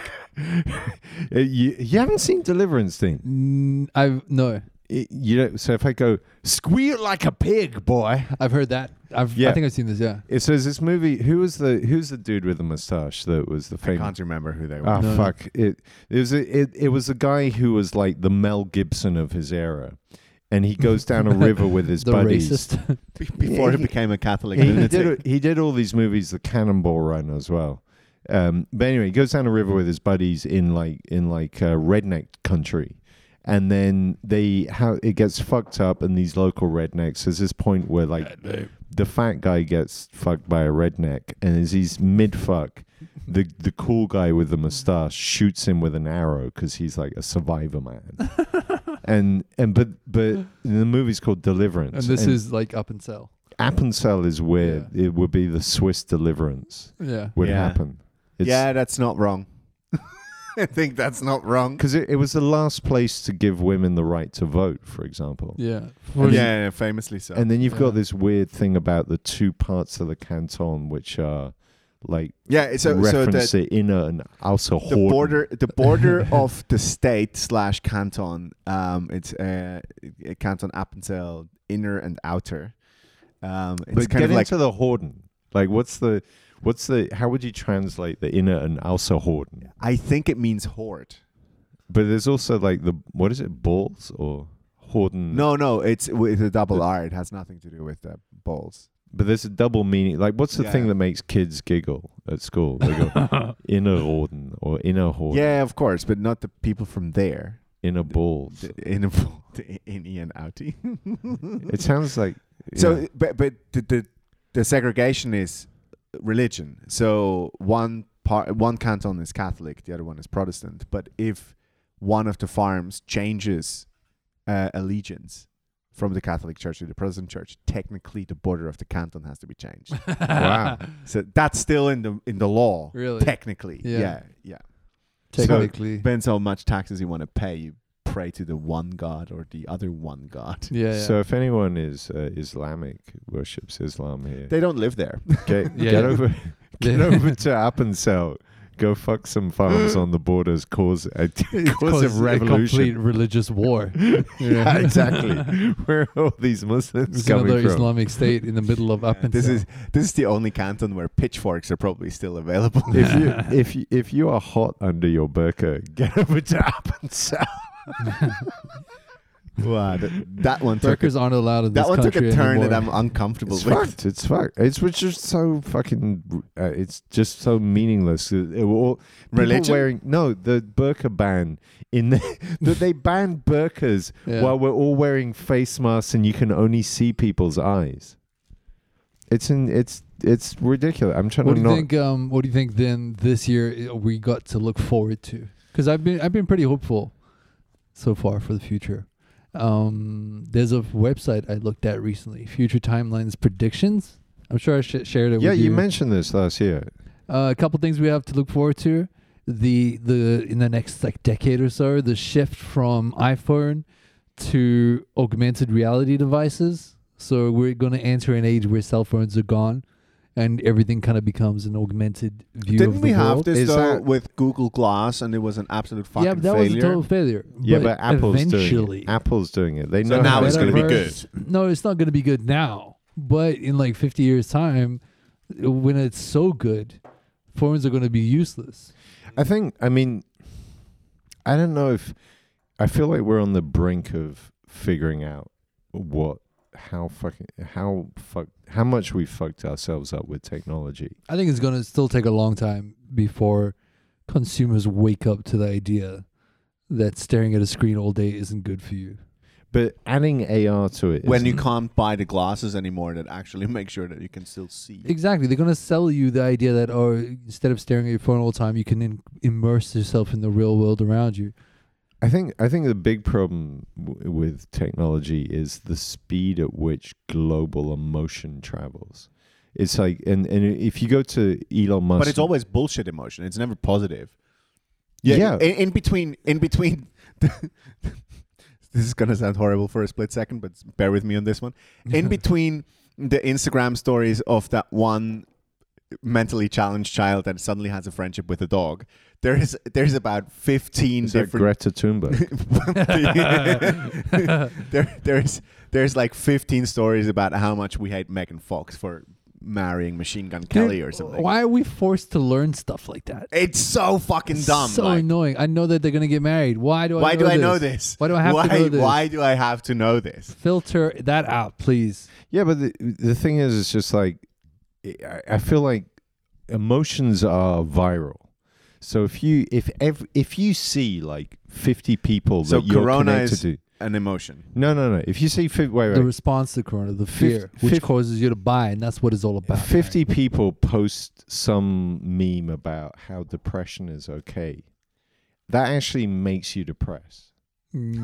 Speaker 3: you, you haven't seen Deliverance, Dean.
Speaker 4: Mm, I've no.
Speaker 3: I- you know, so if I go squeal like a pig, boy,
Speaker 4: I've heard that. I've. I
Speaker 3: Yeah.
Speaker 4: think I've seen this. Yeah.
Speaker 3: it says this movie. Who was the who's the dude with the mustache that was the
Speaker 2: I
Speaker 3: famous?
Speaker 2: can't remember who they were.
Speaker 3: Ah,
Speaker 4: No.
Speaker 3: fuck! It, it was a, it, it was a guy who was like the Mel Gibson of his era, and he goes down a river with his
Speaker 4: the
Speaker 3: buddies.
Speaker 4: racist.
Speaker 2: Be-
Speaker 3: Yeah,
Speaker 2: Before he
Speaker 3: he-
Speaker 2: became a Catholic
Speaker 3: he,
Speaker 2: lunatic.
Speaker 3: did, he did all these movies, the Cannonball Run as well. Um, but anyway, he goes down a river with his buddies in like in like uh, redneck country, and then they how it gets fucked up, and these local rednecks. There's this point where like the fat guy gets fucked by a redneck, and as he's mid fuck, the the cool guy with the mustache shoots him with an arrow because he's like a survivor man. and and but but the movie's called Deliverance,
Speaker 4: and this is like up and sell.
Speaker 3: Appenzell is where it would be the Swiss deliverance
Speaker 4: Yeah.
Speaker 3: would
Speaker 2: Yeah.
Speaker 3: happen.
Speaker 2: yeah, that's not wrong. I think that's not wrong.
Speaker 3: because it, it was the last place to give women the right to vote, for example.
Speaker 4: Yeah. For-
Speaker 2: Yeah, yeah, famously so.
Speaker 3: And then you've
Speaker 4: Yeah.
Speaker 3: got this weird thing about the two parts of the canton, which are like
Speaker 2: yeah, so so
Speaker 3: reference
Speaker 2: the,
Speaker 3: the inner and outer
Speaker 2: the
Speaker 3: Horden.
Speaker 2: border the border of the state slash canton. Um, it's uh, uh, canton Appenzell, inner and outer. Um, it's
Speaker 3: But
Speaker 2: kind
Speaker 3: get
Speaker 2: of like
Speaker 3: into the Horden. Like, what's the what's the how would you translate the inner and outer Horden?
Speaker 2: I think it means horde.
Speaker 3: But there's also like the what is it, balls or Horden?
Speaker 2: No, no, it's with a double R. It has nothing to do with the balls.
Speaker 3: But there's a double meaning. Like, what's the
Speaker 2: Yeah.
Speaker 3: thing that makes kids giggle at school? They go innerorden or innerhorden,
Speaker 2: Yeah, of course, but not the people from there.
Speaker 3: inner balls.
Speaker 2: The, in, the in Ian Outie.
Speaker 3: It sounds like
Speaker 2: So,
Speaker 3: yeah.
Speaker 2: but but the, the the segregation is religion. So one part, one canton is Catholic, the other one is Protestant. But if one of the farms changes uh, allegiance from the Catholic Church to the Protestant Church, technically the border of the canton has to be changed.
Speaker 3: wow.
Speaker 2: so that's still in the in the law.
Speaker 4: Really?
Speaker 2: Technically,
Speaker 4: Yeah.
Speaker 2: yeah, yeah.
Speaker 4: Technically.
Speaker 2: Depends how much taxes you want to pay. You pray to the one God or the other one God.
Speaker 4: yeah. yeah.
Speaker 3: So if anyone is uh, Islamic, worships Islam here,
Speaker 2: They don't live there.
Speaker 3: get,
Speaker 4: Yeah.
Speaker 3: get over
Speaker 4: Yeah.
Speaker 3: get over to Appenzell. Go fuck some farms on the borders. Cause a cause a
Speaker 4: Cause complete
Speaker 3: revolution.
Speaker 4: religious war.
Speaker 3: yeah, exactly. Where are all these Muslims
Speaker 4: There's
Speaker 3: coming
Speaker 4: another
Speaker 3: from?
Speaker 4: Islamic state in the middle of up and
Speaker 2: this is this is the only canton where pitchforks are probably still available.
Speaker 3: If you if you, if you are hot under your burqa, get over to Appenzell.
Speaker 2: wow, that, that one took a,
Speaker 4: Burkers aren't allowed in
Speaker 2: that
Speaker 4: this
Speaker 2: one took
Speaker 4: country
Speaker 2: a turn that
Speaker 4: anymore.
Speaker 2: I'm uncomfortable
Speaker 3: It's
Speaker 2: with.
Speaker 3: fucked. It's fucked. It's which just so fucking. Uh, it's just so meaningless. Uh, It, it will- people
Speaker 2: Religion?
Speaker 3: wearing no the burqa ban in the, that they ban burqas
Speaker 4: Yeah.
Speaker 3: while we're all wearing face masks and you can only see people's eyes. It's in it's it's ridiculous. I'm trying
Speaker 4: What
Speaker 3: to
Speaker 4: do you
Speaker 3: not.
Speaker 4: think? Um, what do you think? Then this year uh, we got to look forward to because I've been I've been pretty hopeful so far for the future. Um, there's a website I looked at recently, Future Timelines Predictions. I'm sure I sh- shared it.
Speaker 3: yeah,
Speaker 4: with
Speaker 3: you
Speaker 4: you
Speaker 3: mentioned this last year.
Speaker 4: uh, a couple things we have to look forward to the the in the next like decade or so the shift from iphone to augmented reality devices so we're going to enter an age where cell phones are gone and everything kind of becomes an augmented view of
Speaker 2: Didn't
Speaker 4: the
Speaker 2: we have
Speaker 4: world.
Speaker 2: this
Speaker 3: Is
Speaker 2: though
Speaker 3: that-
Speaker 2: with Google Glass and it was an absolute fucking
Speaker 4: yeah but that was a
Speaker 2: failure?
Speaker 4: total failure
Speaker 3: Yeah, but, Apple's doing
Speaker 4: eventually
Speaker 3: it. Apple's doing it. They
Speaker 2: So
Speaker 3: know
Speaker 2: now
Speaker 3: how
Speaker 2: it's
Speaker 3: to
Speaker 2: gonna
Speaker 3: do
Speaker 2: be
Speaker 3: it.
Speaker 2: good.
Speaker 4: Metaverse- No, it's not going to be good now, but in like 50 years' time, when it's so good, phones are going to be useless.
Speaker 3: I think I mean I don't know if I feel like we're on the brink of figuring out what how fucking how fuck how much we fucked ourselves up with technology.
Speaker 4: I think it's going to still take a long time before consumers wake up to the idea that staring at a screen all day isn't good for you.
Speaker 3: But adding AR to it
Speaker 2: when
Speaker 3: is-
Speaker 2: you can't buy the glasses anymore that actually make sure that you can still see.
Speaker 4: Exactly. They're going to sell you the idea that, oh, instead of staring at your phone all the time, you can in- immerse yourself in the real world around you.
Speaker 3: I think I think the big problem w- with technology is the speed at which global emotion travels. It's like, and and if you go to Elon Musk,
Speaker 2: But it's always bullshit emotion. It's never positive.
Speaker 3: yeah,
Speaker 2: In, in between, in between. this is gonna sound horrible for a split second, but bear with me on this one. In between the Instagram stories of that one mentally challenged child that suddenly has a friendship with a dog, there is there's about fifteen
Speaker 3: It's like
Speaker 2: different
Speaker 3: Greta Thunberg.
Speaker 2: there, there's there's like 15 stories about how much we hate Megan Fox for marrying Machine Gun Kelly or something.
Speaker 4: Why are we forced to learn stuff like that?
Speaker 2: It's so fucking dumb.
Speaker 4: so
Speaker 2: like,
Speaker 4: annoying. I know that they're gonna get married. Why do I?
Speaker 2: why
Speaker 4: know
Speaker 2: do
Speaker 4: this?
Speaker 2: I know this?
Speaker 4: Why do I have
Speaker 2: why,
Speaker 4: to know this?
Speaker 2: Why do I have to know this?
Speaker 4: Filter that out, please.
Speaker 3: Yeah, but the, the thing is, it's just like I, I feel like emotions are viral. So if you if ev- if you see like fifty people
Speaker 2: So
Speaker 3: that you're
Speaker 2: Corona
Speaker 3: connected
Speaker 2: is-
Speaker 3: to,
Speaker 2: An emotion.
Speaker 3: no, no, no. If you see fi- wait,
Speaker 4: The
Speaker 3: wait,
Speaker 4: response to corona, the fear,
Speaker 3: Fif-
Speaker 4: which
Speaker 3: fif-
Speaker 4: causes you to buy, and that's what it's all about.
Speaker 3: fifty people post some meme about how depression is okay, that actually makes you depressed.
Speaker 4: Mm.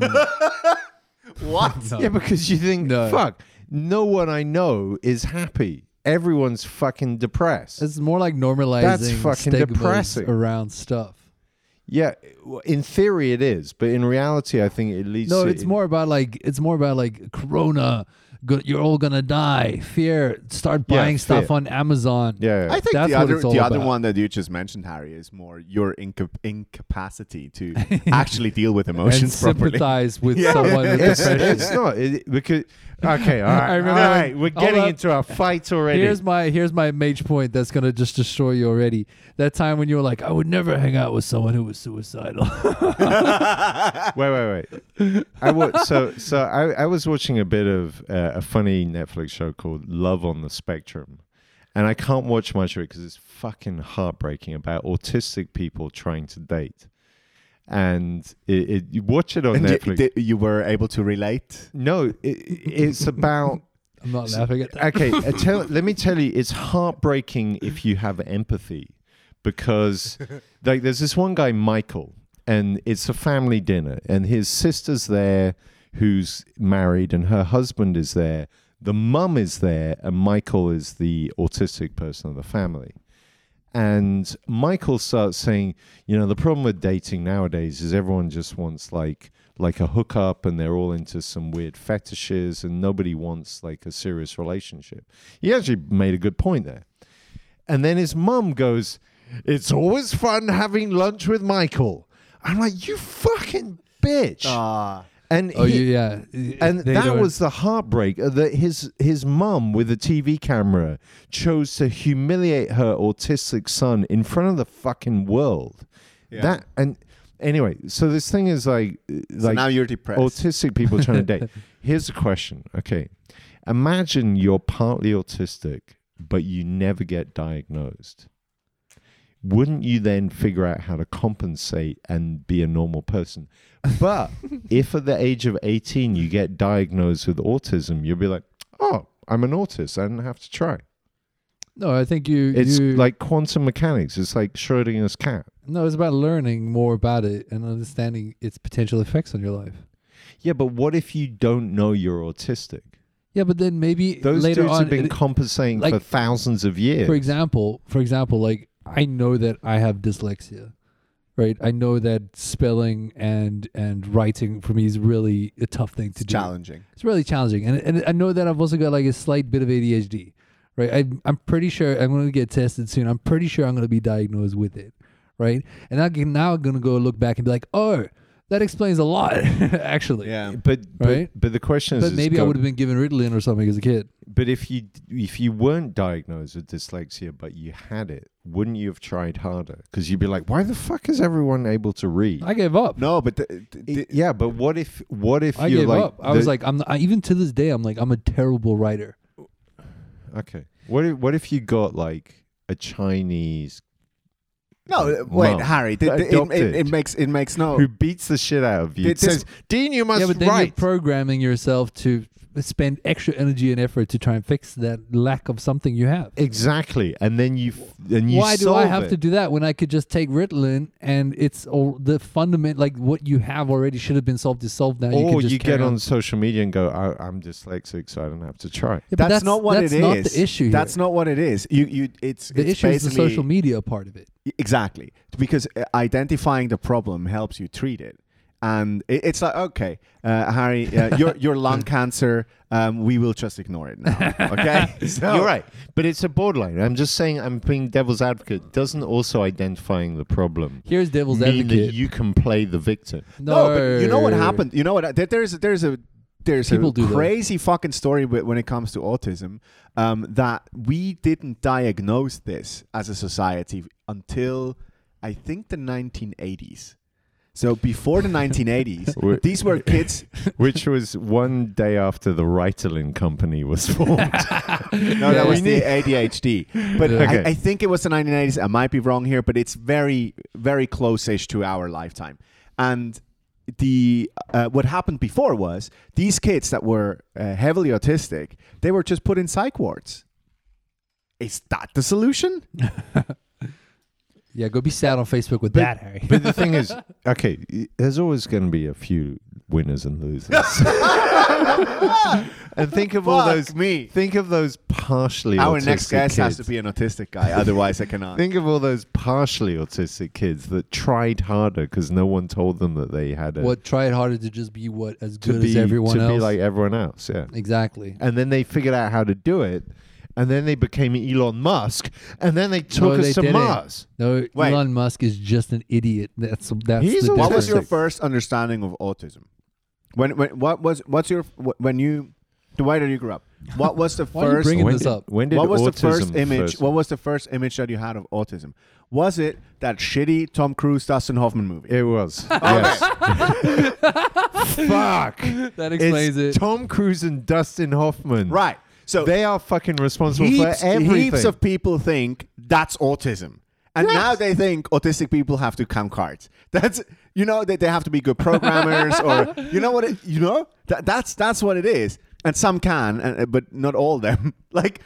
Speaker 2: What?
Speaker 4: No.
Speaker 3: Yeah, because you think,
Speaker 4: No.
Speaker 3: fuck, no one I know is happy. Everyone's fucking depressed.
Speaker 4: It's more like normalizing
Speaker 3: fucking
Speaker 4: stigmas
Speaker 3: depressing.
Speaker 4: around stuff.
Speaker 3: Yeah, w- in theory it is, but in reality, I think it leads.
Speaker 4: No,
Speaker 3: to
Speaker 4: it's more about like it's more about like corona. Go, you're all gonna die. Fear. Start
Speaker 3: Yeah,
Speaker 4: buying stuff
Speaker 3: fear.
Speaker 4: on Amazon.
Speaker 3: Yeah, yeah.
Speaker 2: I think
Speaker 4: That's
Speaker 2: the
Speaker 4: what
Speaker 2: other
Speaker 4: it's all
Speaker 2: the other
Speaker 4: about.
Speaker 2: one that you just mentioned, Harry, is more your inca- incapacity to actually deal with
Speaker 4: And
Speaker 2: emotions properly.
Speaker 4: sympathize with
Speaker 2: Yeah.
Speaker 4: someone with
Speaker 3: it's,
Speaker 4: depression.
Speaker 3: it's not it, because okay, all right,
Speaker 4: I remember-
Speaker 3: all right, we're
Speaker 4: hold
Speaker 3: getting
Speaker 4: up.
Speaker 3: into our fight already.
Speaker 4: Here's my here's my mage point that's gonna just destroy you already. That time when you were like, I would never hang out with someone who was suicidal.
Speaker 3: wait, wait, wait. I wa- so so I, I was watching a bit of uh, a funny Netflix show called Love on the Spectrum, and I can't watch much of it because it's fucking heartbreaking about autistic people trying to date, and it, it you watch it on
Speaker 2: And you,
Speaker 3: Netflix.
Speaker 2: di- you were able to relate.
Speaker 3: no, it, it's about
Speaker 4: I'm not
Speaker 3: So-
Speaker 4: laughing at that.
Speaker 3: okay uh, tell, let me tell you it's heartbreaking if you have empathy because like there's this one guy michael and it's a family dinner and his sister's there who's married and her husband is there the mum is there and michael is the autistic person of the family and michael starts saying you know the problem with dating nowadays is everyone just wants like like a hookup and they're all into some weird fetishes and nobody wants like a serious relationship he actually made a good point there and then his mum goes it's always fun having lunch with michael i'm like you fucking bitch
Speaker 2: Ah.
Speaker 3: and
Speaker 4: Oh
Speaker 3: he-
Speaker 4: yeah,
Speaker 3: and
Speaker 4: They
Speaker 3: that
Speaker 4: don't-
Speaker 3: was the heartbreak uh, that his his mum with a TV camera chose to humiliate her autistic son in front of the fucking world.
Speaker 2: Yeah.
Speaker 3: That and anyway, so this thing is like uh,
Speaker 2: so
Speaker 3: like
Speaker 2: now you're depressed.
Speaker 3: autistic people trying to date. Here's a question. Okay. Imagine you're partly autistic, but you never get diagnosed. Wouldn't you then figure out how to compensate and be a normal person? But if at the age of 18 you get diagnosed with autism, you'll be like, oh, I'm an autist. I didn't have to try.
Speaker 4: no. I think you.
Speaker 3: It's
Speaker 4: you-
Speaker 3: like quantum mechanics. It's like Schrodinger's cat.
Speaker 4: no. It's about learning more about it and understanding its potential effects on your life.
Speaker 3: Yeah, but what if you don't know you're autistic?
Speaker 4: Yeah, but then maybe
Speaker 3: Those
Speaker 4: later
Speaker 3: dudes
Speaker 4: on,
Speaker 3: have been
Speaker 4: it-
Speaker 3: compensating
Speaker 4: like-
Speaker 3: for thousands of years.
Speaker 4: for example, for example, like I know that I have dyslexia, right? I know that spelling and and writing for me is really a tough thing to
Speaker 2: It's
Speaker 4: do.
Speaker 2: challenging.
Speaker 4: It's really challenging, and and I know that I've also got like a slight bit of ADHD, right? I, I'm pretty sure I'm going to get tested soon. I'm pretty sure I'm going to be diagnosed with it, right? And I can now going to go look back and be like, oh, that explains a lot, actually.
Speaker 2: Yeah.
Speaker 3: But but,
Speaker 4: Right?
Speaker 3: but the question is,
Speaker 4: But
Speaker 3: is
Speaker 4: maybe I
Speaker 3: go-
Speaker 4: would have been given Ritalin or something as a kid.
Speaker 3: But if you if you weren't diagnosed with dyslexia, but you had it, wouldn't you have tried harder? Because you'd be like, why the fuck is everyone able to read?
Speaker 4: I gave up.
Speaker 2: No, but the, the, the,
Speaker 3: yeah, but what if what if
Speaker 4: I
Speaker 3: you're
Speaker 4: gave
Speaker 3: like
Speaker 4: up. I was
Speaker 3: the-
Speaker 4: like, I'm I, even to this day, I'm like, I'm a terrible writer.
Speaker 3: okay, what if what if you got like a Chinese
Speaker 2: no. Wait,
Speaker 3: Mom.
Speaker 2: Harry. the- the- it- it,
Speaker 3: Adopted.
Speaker 2: it makes it makes no.
Speaker 3: who beats the shit out of you?
Speaker 2: Oh. Th-
Speaker 3: It
Speaker 2: this-
Speaker 3: says, Dean, you must
Speaker 4: yeah, but then you're
Speaker 3: write.
Speaker 4: programming yourself to spend extra energy and effort to try and fix that lack of something you have.
Speaker 3: Exactly, and then you f- and you
Speaker 4: Why do I
Speaker 3: solve
Speaker 4: have
Speaker 3: it.
Speaker 4: to do that when I could just take Ritalin and it's all the fundament, like what you have already should have been solved is solved now. you
Speaker 3: or
Speaker 4: can
Speaker 3: Oh, you,
Speaker 4: just
Speaker 3: get
Speaker 4: carry
Speaker 3: on social media and go, I, "I'm dyslexic, so I don't have to try."
Speaker 4: Yeah, but
Speaker 2: that's, not what
Speaker 4: that's
Speaker 2: it is.
Speaker 4: not the issue. here.
Speaker 2: That's not what it is. You, you, it's
Speaker 4: the
Speaker 2: it's
Speaker 4: issue is the
Speaker 2: basically-
Speaker 4: social media part of it.
Speaker 2: E, Exactly, because uh, identifying the problem helps you treat it, and it, it's like okay, uh, Harry, uh, your your lung cancer, um, we will just ignore it now. Okay, So-
Speaker 3: You're right, but it's a borderline. I'm just saying, I'm being devil's advocate. Doesn't also identifying the problem
Speaker 4: Here's devil's
Speaker 3: mean
Speaker 4: advocate.
Speaker 3: that you can play the victim?
Speaker 2: No, but you know what happened. You know what? There, there's there's a there's
Speaker 4: People
Speaker 2: a
Speaker 4: do that.
Speaker 2: crazy fucking story wi- when it comes to autism um, that we didn't diagnose this as a society until I think the 1980s. So before the 1980s,
Speaker 3: Wait.
Speaker 2: these were kids.
Speaker 3: Which was one day after the Ritalin company was formed.
Speaker 2: No, that
Speaker 4: Yeah.
Speaker 2: was
Speaker 4: We
Speaker 2: the ADHD. But
Speaker 4: Yeah.
Speaker 3: Okay.
Speaker 2: I, I think it was the 1980s. I might be wrong here, but it's very very close-ish to our lifetime. And the uh, what happened before was these kids that were uh, heavily autistic, they were just put in psych wards. Is that the solution?
Speaker 4: Yeah, go be sad on Facebook with
Speaker 3: But-
Speaker 4: that, Harry.
Speaker 3: but the thing is, okay, y- there's always going to be a few winners and losers. and think of all
Speaker 2: Fuck
Speaker 3: those.
Speaker 2: me.
Speaker 3: Think of those partially.
Speaker 2: Our next
Speaker 3: autistic
Speaker 2: guest has to
Speaker 3: kids.
Speaker 2: be an autistic guy, otherwise I cannot.
Speaker 3: Think of all those partially autistic kids that tried harder because no one told them that they had a,
Speaker 4: what try it harder to just be what as
Speaker 3: to
Speaker 4: good
Speaker 3: be
Speaker 4: as everyone
Speaker 3: to
Speaker 4: else.
Speaker 3: be like everyone else. Yeah,
Speaker 4: exactly.
Speaker 3: and then they figured out how to do it, and then they became Elon Musk, and then they took
Speaker 4: No,
Speaker 3: us
Speaker 4: they
Speaker 3: to
Speaker 4: didn't.
Speaker 3: Mars.
Speaker 4: No,
Speaker 2: Wait.
Speaker 4: Elon Musk is just an idiot. That's that's
Speaker 3: He's
Speaker 4: the
Speaker 3: a-
Speaker 2: what was
Speaker 4: difference.
Speaker 2: your first understanding of autism? When, when what was what's your when you the way that you grew up? What was the
Speaker 4: Why are you
Speaker 2: first
Speaker 4: bringing
Speaker 3: when
Speaker 4: this
Speaker 3: did,
Speaker 4: up.
Speaker 3: When did
Speaker 2: what was the first
Speaker 3: autism
Speaker 2: image?
Speaker 3: first-
Speaker 2: What was the first image that you had of autism? Was it that shitty Tom Cruise Dustin Hoffman movie?
Speaker 3: It was. yes. Fuck.
Speaker 4: that
Speaker 3: It's
Speaker 4: explains it.
Speaker 3: Tom Cruise and Dustin Hoffman.
Speaker 2: right. So
Speaker 3: They are fucking responsible
Speaker 2: heaps,
Speaker 3: for everything.
Speaker 2: heaps of people think that's autism, and now they think autistic people have to count cards. That's you know that they have to be good programmers, or you know what it, you know that, that's that's what it is. And some can, and- uh, but not all of them. like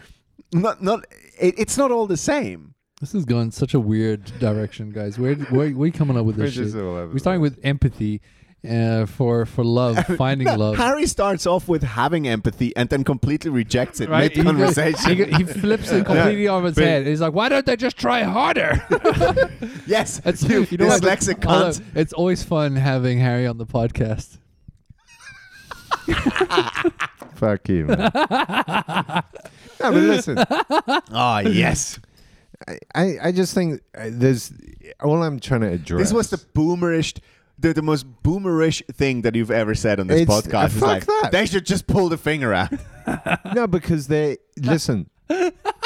Speaker 2: not not it, it's not all the same.
Speaker 4: This has gone such a weird direction, guys. Where where we coming up with this
Speaker 3: We're just
Speaker 4: shit?
Speaker 3: all over
Speaker 4: We're
Speaker 3: the
Speaker 4: starting with empathy uh, for for love, finding love.
Speaker 2: Harry starts off with having empathy and then completely rejects it
Speaker 4: Right?
Speaker 2: mid conversation.
Speaker 4: He, go- he flips it completely
Speaker 3: Yeah,
Speaker 4: on its
Speaker 3: but-
Speaker 4: head. He's like, "Why don't they just try harder?"
Speaker 2: Yes,
Speaker 4: It's
Speaker 2: you,
Speaker 4: you know what?
Speaker 2: dyslexic
Speaker 4: Although,
Speaker 2: cunt.
Speaker 4: It's always fun having Harry on the podcast.
Speaker 3: Fuck you. Man. no, but listen,
Speaker 2: Ah, yes.
Speaker 3: I- I, I just think uh, there's all I'm trying to address.
Speaker 2: This was the boomerish, the, the most boomerish thing that you've ever said on this
Speaker 3: It's-
Speaker 2: podcast. It's
Speaker 3: fuck
Speaker 2: like,
Speaker 3: that.
Speaker 2: They should just pull the finger out.
Speaker 3: no because they listen.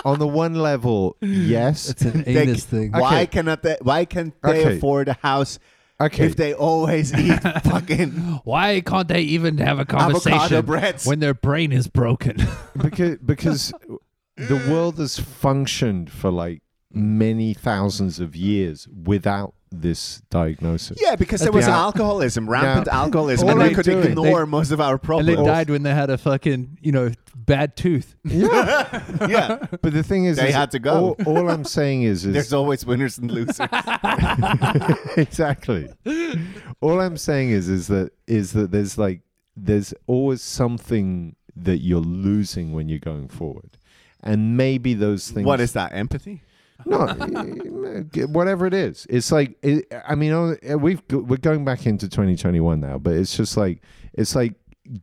Speaker 3: on the one level, yes.
Speaker 4: It's an
Speaker 2: They-
Speaker 4: anus thing.
Speaker 2: Why
Speaker 3: Okay.
Speaker 2: cannot they? Why can't they
Speaker 3: Okay.
Speaker 2: afford a house
Speaker 3: Okay.
Speaker 2: if they always eat fucking?
Speaker 4: Why can't they even have a
Speaker 2: Avocado
Speaker 4: conversation
Speaker 2: breads.
Speaker 4: when their brain is broken?
Speaker 3: because because the world has functioned for like many thousands of years without this diagnosis.
Speaker 2: Yeah, because there
Speaker 4: That's
Speaker 2: was
Speaker 4: the-
Speaker 2: alcoholism, rampant alcoholism,
Speaker 3: All
Speaker 2: and we
Speaker 3: they
Speaker 2: could
Speaker 3: do-
Speaker 2: ignore most of our
Speaker 4: and they
Speaker 2: problems.
Speaker 4: died when they had a fucking, you know, bad tooth.
Speaker 2: yeah,
Speaker 3: But the thing is,
Speaker 2: They
Speaker 3: is
Speaker 2: had to go.
Speaker 3: All, all I'm saying is, is
Speaker 2: there's always winners and losers.
Speaker 3: exactly. All I'm saying is, is that is that there's like there's always something that you're losing when you're going forward, and maybe those things.
Speaker 2: what is that? Empathy?
Speaker 3: no? eh, whatever it is, it's like it, I mean, oh, eh, we've go- we're going back into 2021 now, but it's just like it's like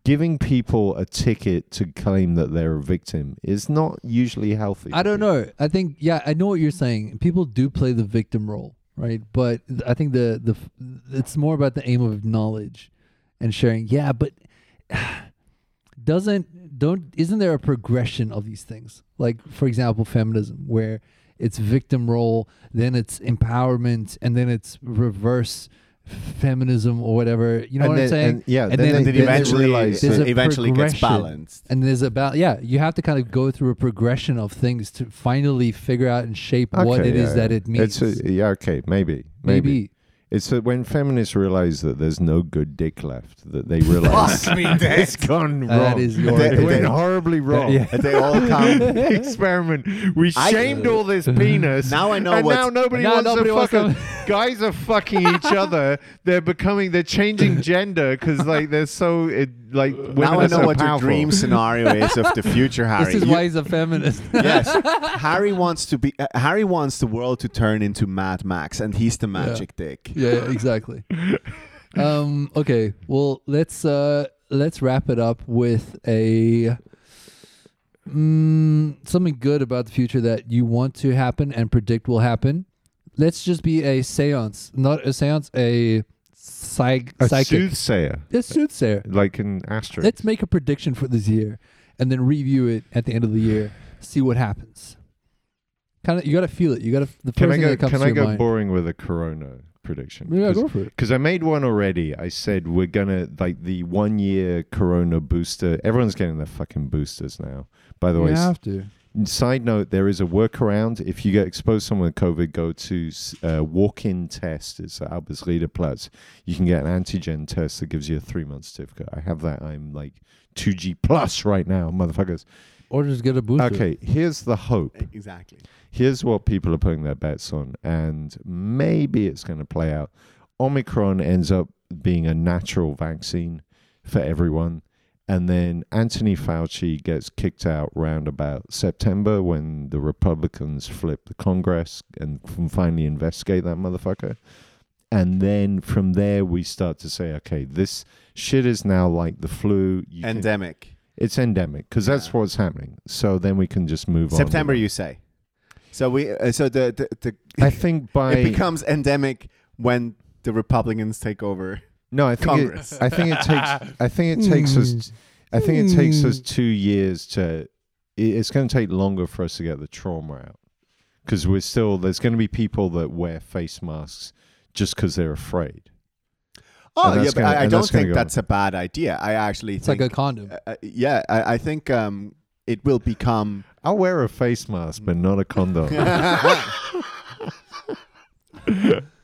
Speaker 3: giving people a ticket to claim that they're a victim is not usually healthy.
Speaker 4: I
Speaker 3: for
Speaker 4: don't
Speaker 3: people.
Speaker 4: know. I think yeah, I know what you're saying. People do play the victim role, right? But I think the the it's more about the aim of knowledge and sharing. Yeah, but doesn't don't isn't there a progression of these things? Like for example, feminism where it's victim role, then it's empowerment, and then it's reverse feminism or whatever. You know
Speaker 3: And
Speaker 4: what
Speaker 3: then-
Speaker 4: I'm saying?
Speaker 3: and- yeah,
Speaker 4: And
Speaker 3: then
Speaker 4: then,
Speaker 3: they-
Speaker 2: And
Speaker 3: then
Speaker 2: it
Speaker 3: they
Speaker 2: eventually,
Speaker 3: realize
Speaker 2: it
Speaker 4: there's a
Speaker 2: eventually gets
Speaker 4: progression.
Speaker 2: balanced.
Speaker 4: and there's about yeah you have to kind of go through a progression of things to finally figure out and shape what
Speaker 3: Okay,
Speaker 4: it is
Speaker 3: yeah,
Speaker 4: that
Speaker 3: yeah.
Speaker 4: it means
Speaker 3: It's a, yeah, okay, maybe, maybe.
Speaker 4: maybe
Speaker 3: It's that when feminists realize that there's no good dick left, that they realize
Speaker 2: Fuck me, Dad.
Speaker 3: it's gone wrong.
Speaker 4: That is your
Speaker 2: That-
Speaker 3: it went
Speaker 2: that-
Speaker 3: horribly wrong.
Speaker 4: yeah.
Speaker 2: they all come.
Speaker 3: Experiment. We
Speaker 2: I-
Speaker 3: shamed all this penis.
Speaker 2: Now I know
Speaker 3: and
Speaker 2: what's-
Speaker 3: now nobody
Speaker 4: Now
Speaker 3: wants
Speaker 4: nobody
Speaker 3: to
Speaker 4: wants
Speaker 3: fuck. a- guys are fucking each other. They're becoming. They're changing gender because like they're so it, like women
Speaker 2: Now
Speaker 3: are
Speaker 2: I know
Speaker 3: so
Speaker 2: what
Speaker 3: powerful.
Speaker 2: your dream scenario is of the future, Harry.
Speaker 4: This is
Speaker 2: You-
Speaker 4: why he's a feminist.
Speaker 2: yes, Harry wants to be. Uh, Harry wants the world to turn into Mad Max, and he's the magic dick.
Speaker 4: yeah, yeah, exactly. um, okay, well let's uh, let's wrap it up with a mm, something good about the future that you want to happen and predict will happen. Let's just be a séance, not a séance, a psych,
Speaker 3: A
Speaker 4: psychic.
Speaker 3: soothsayer,
Speaker 4: A soothsayer.
Speaker 3: like an asterisk.
Speaker 4: Let's make a prediction for this year and then review it at the end of the year. See what happens. Kind of, you got to feel it. You got to the first
Speaker 3: can I
Speaker 4: thing
Speaker 3: go?
Speaker 4: that comes
Speaker 3: Can
Speaker 4: to
Speaker 3: I
Speaker 4: your
Speaker 3: go
Speaker 4: mind.
Speaker 3: boring with a corona prediction?
Speaker 4: Yeah,
Speaker 3: 'Cause-
Speaker 4: go for it.
Speaker 3: Because I made one already. I said we're gonna like the one year Corona booster. Everyone's getting their fucking boosters now. By the way,
Speaker 4: You
Speaker 3: s-
Speaker 4: have to.
Speaker 3: side note: there is a workaround. If you get exposed to someone with COVID, go to s- uh, walk-in test. It's at Albertsriederplatz. You can get an antigen test that gives you a three-month certificate. I have that. I'm like two G plus right now, motherfuckers.
Speaker 4: Or just get a booster.
Speaker 3: Okay, here's the hope
Speaker 2: Exactly.
Speaker 3: here's what people are putting their bets on, and maybe it's going to play out. Omicron ends up being a natural vaccine for everyone. And then Anthony Fauci gets kicked out round about September when the Republicans flip the Congress and f- finally investigate that motherfucker. And then from there, we start to say, okay, this shit is now like the flu. You can-
Speaker 2: Endemic.
Speaker 3: it's endemic because that's
Speaker 2: Yeah.
Speaker 3: what's happening. So then we can just move on.
Speaker 2: September, you say. So we. Uh, so the the, the
Speaker 3: I think by
Speaker 2: it becomes endemic when the Republicans take over
Speaker 3: No, I think it,
Speaker 2: Congress.
Speaker 3: I think it takes. I think it takes us. I think it takes
Speaker 2: Hmm.
Speaker 3: us two years to. i- It's going to take longer for us to get the trauma out because we're still. There's going to be people that wear face masks just because they're afraid.
Speaker 2: oh
Speaker 3: And
Speaker 2: yeah,
Speaker 3: that's
Speaker 2: but
Speaker 3: gonna-
Speaker 2: I, I
Speaker 3: and
Speaker 2: don't
Speaker 3: that's gonna
Speaker 2: think
Speaker 3: go.
Speaker 2: that's a bad idea. I actually
Speaker 4: It's
Speaker 2: think.
Speaker 4: like a condom.
Speaker 2: uh, uh, yeah, I, I think um, it will become.
Speaker 3: I'll wear a face mask, but not a condom.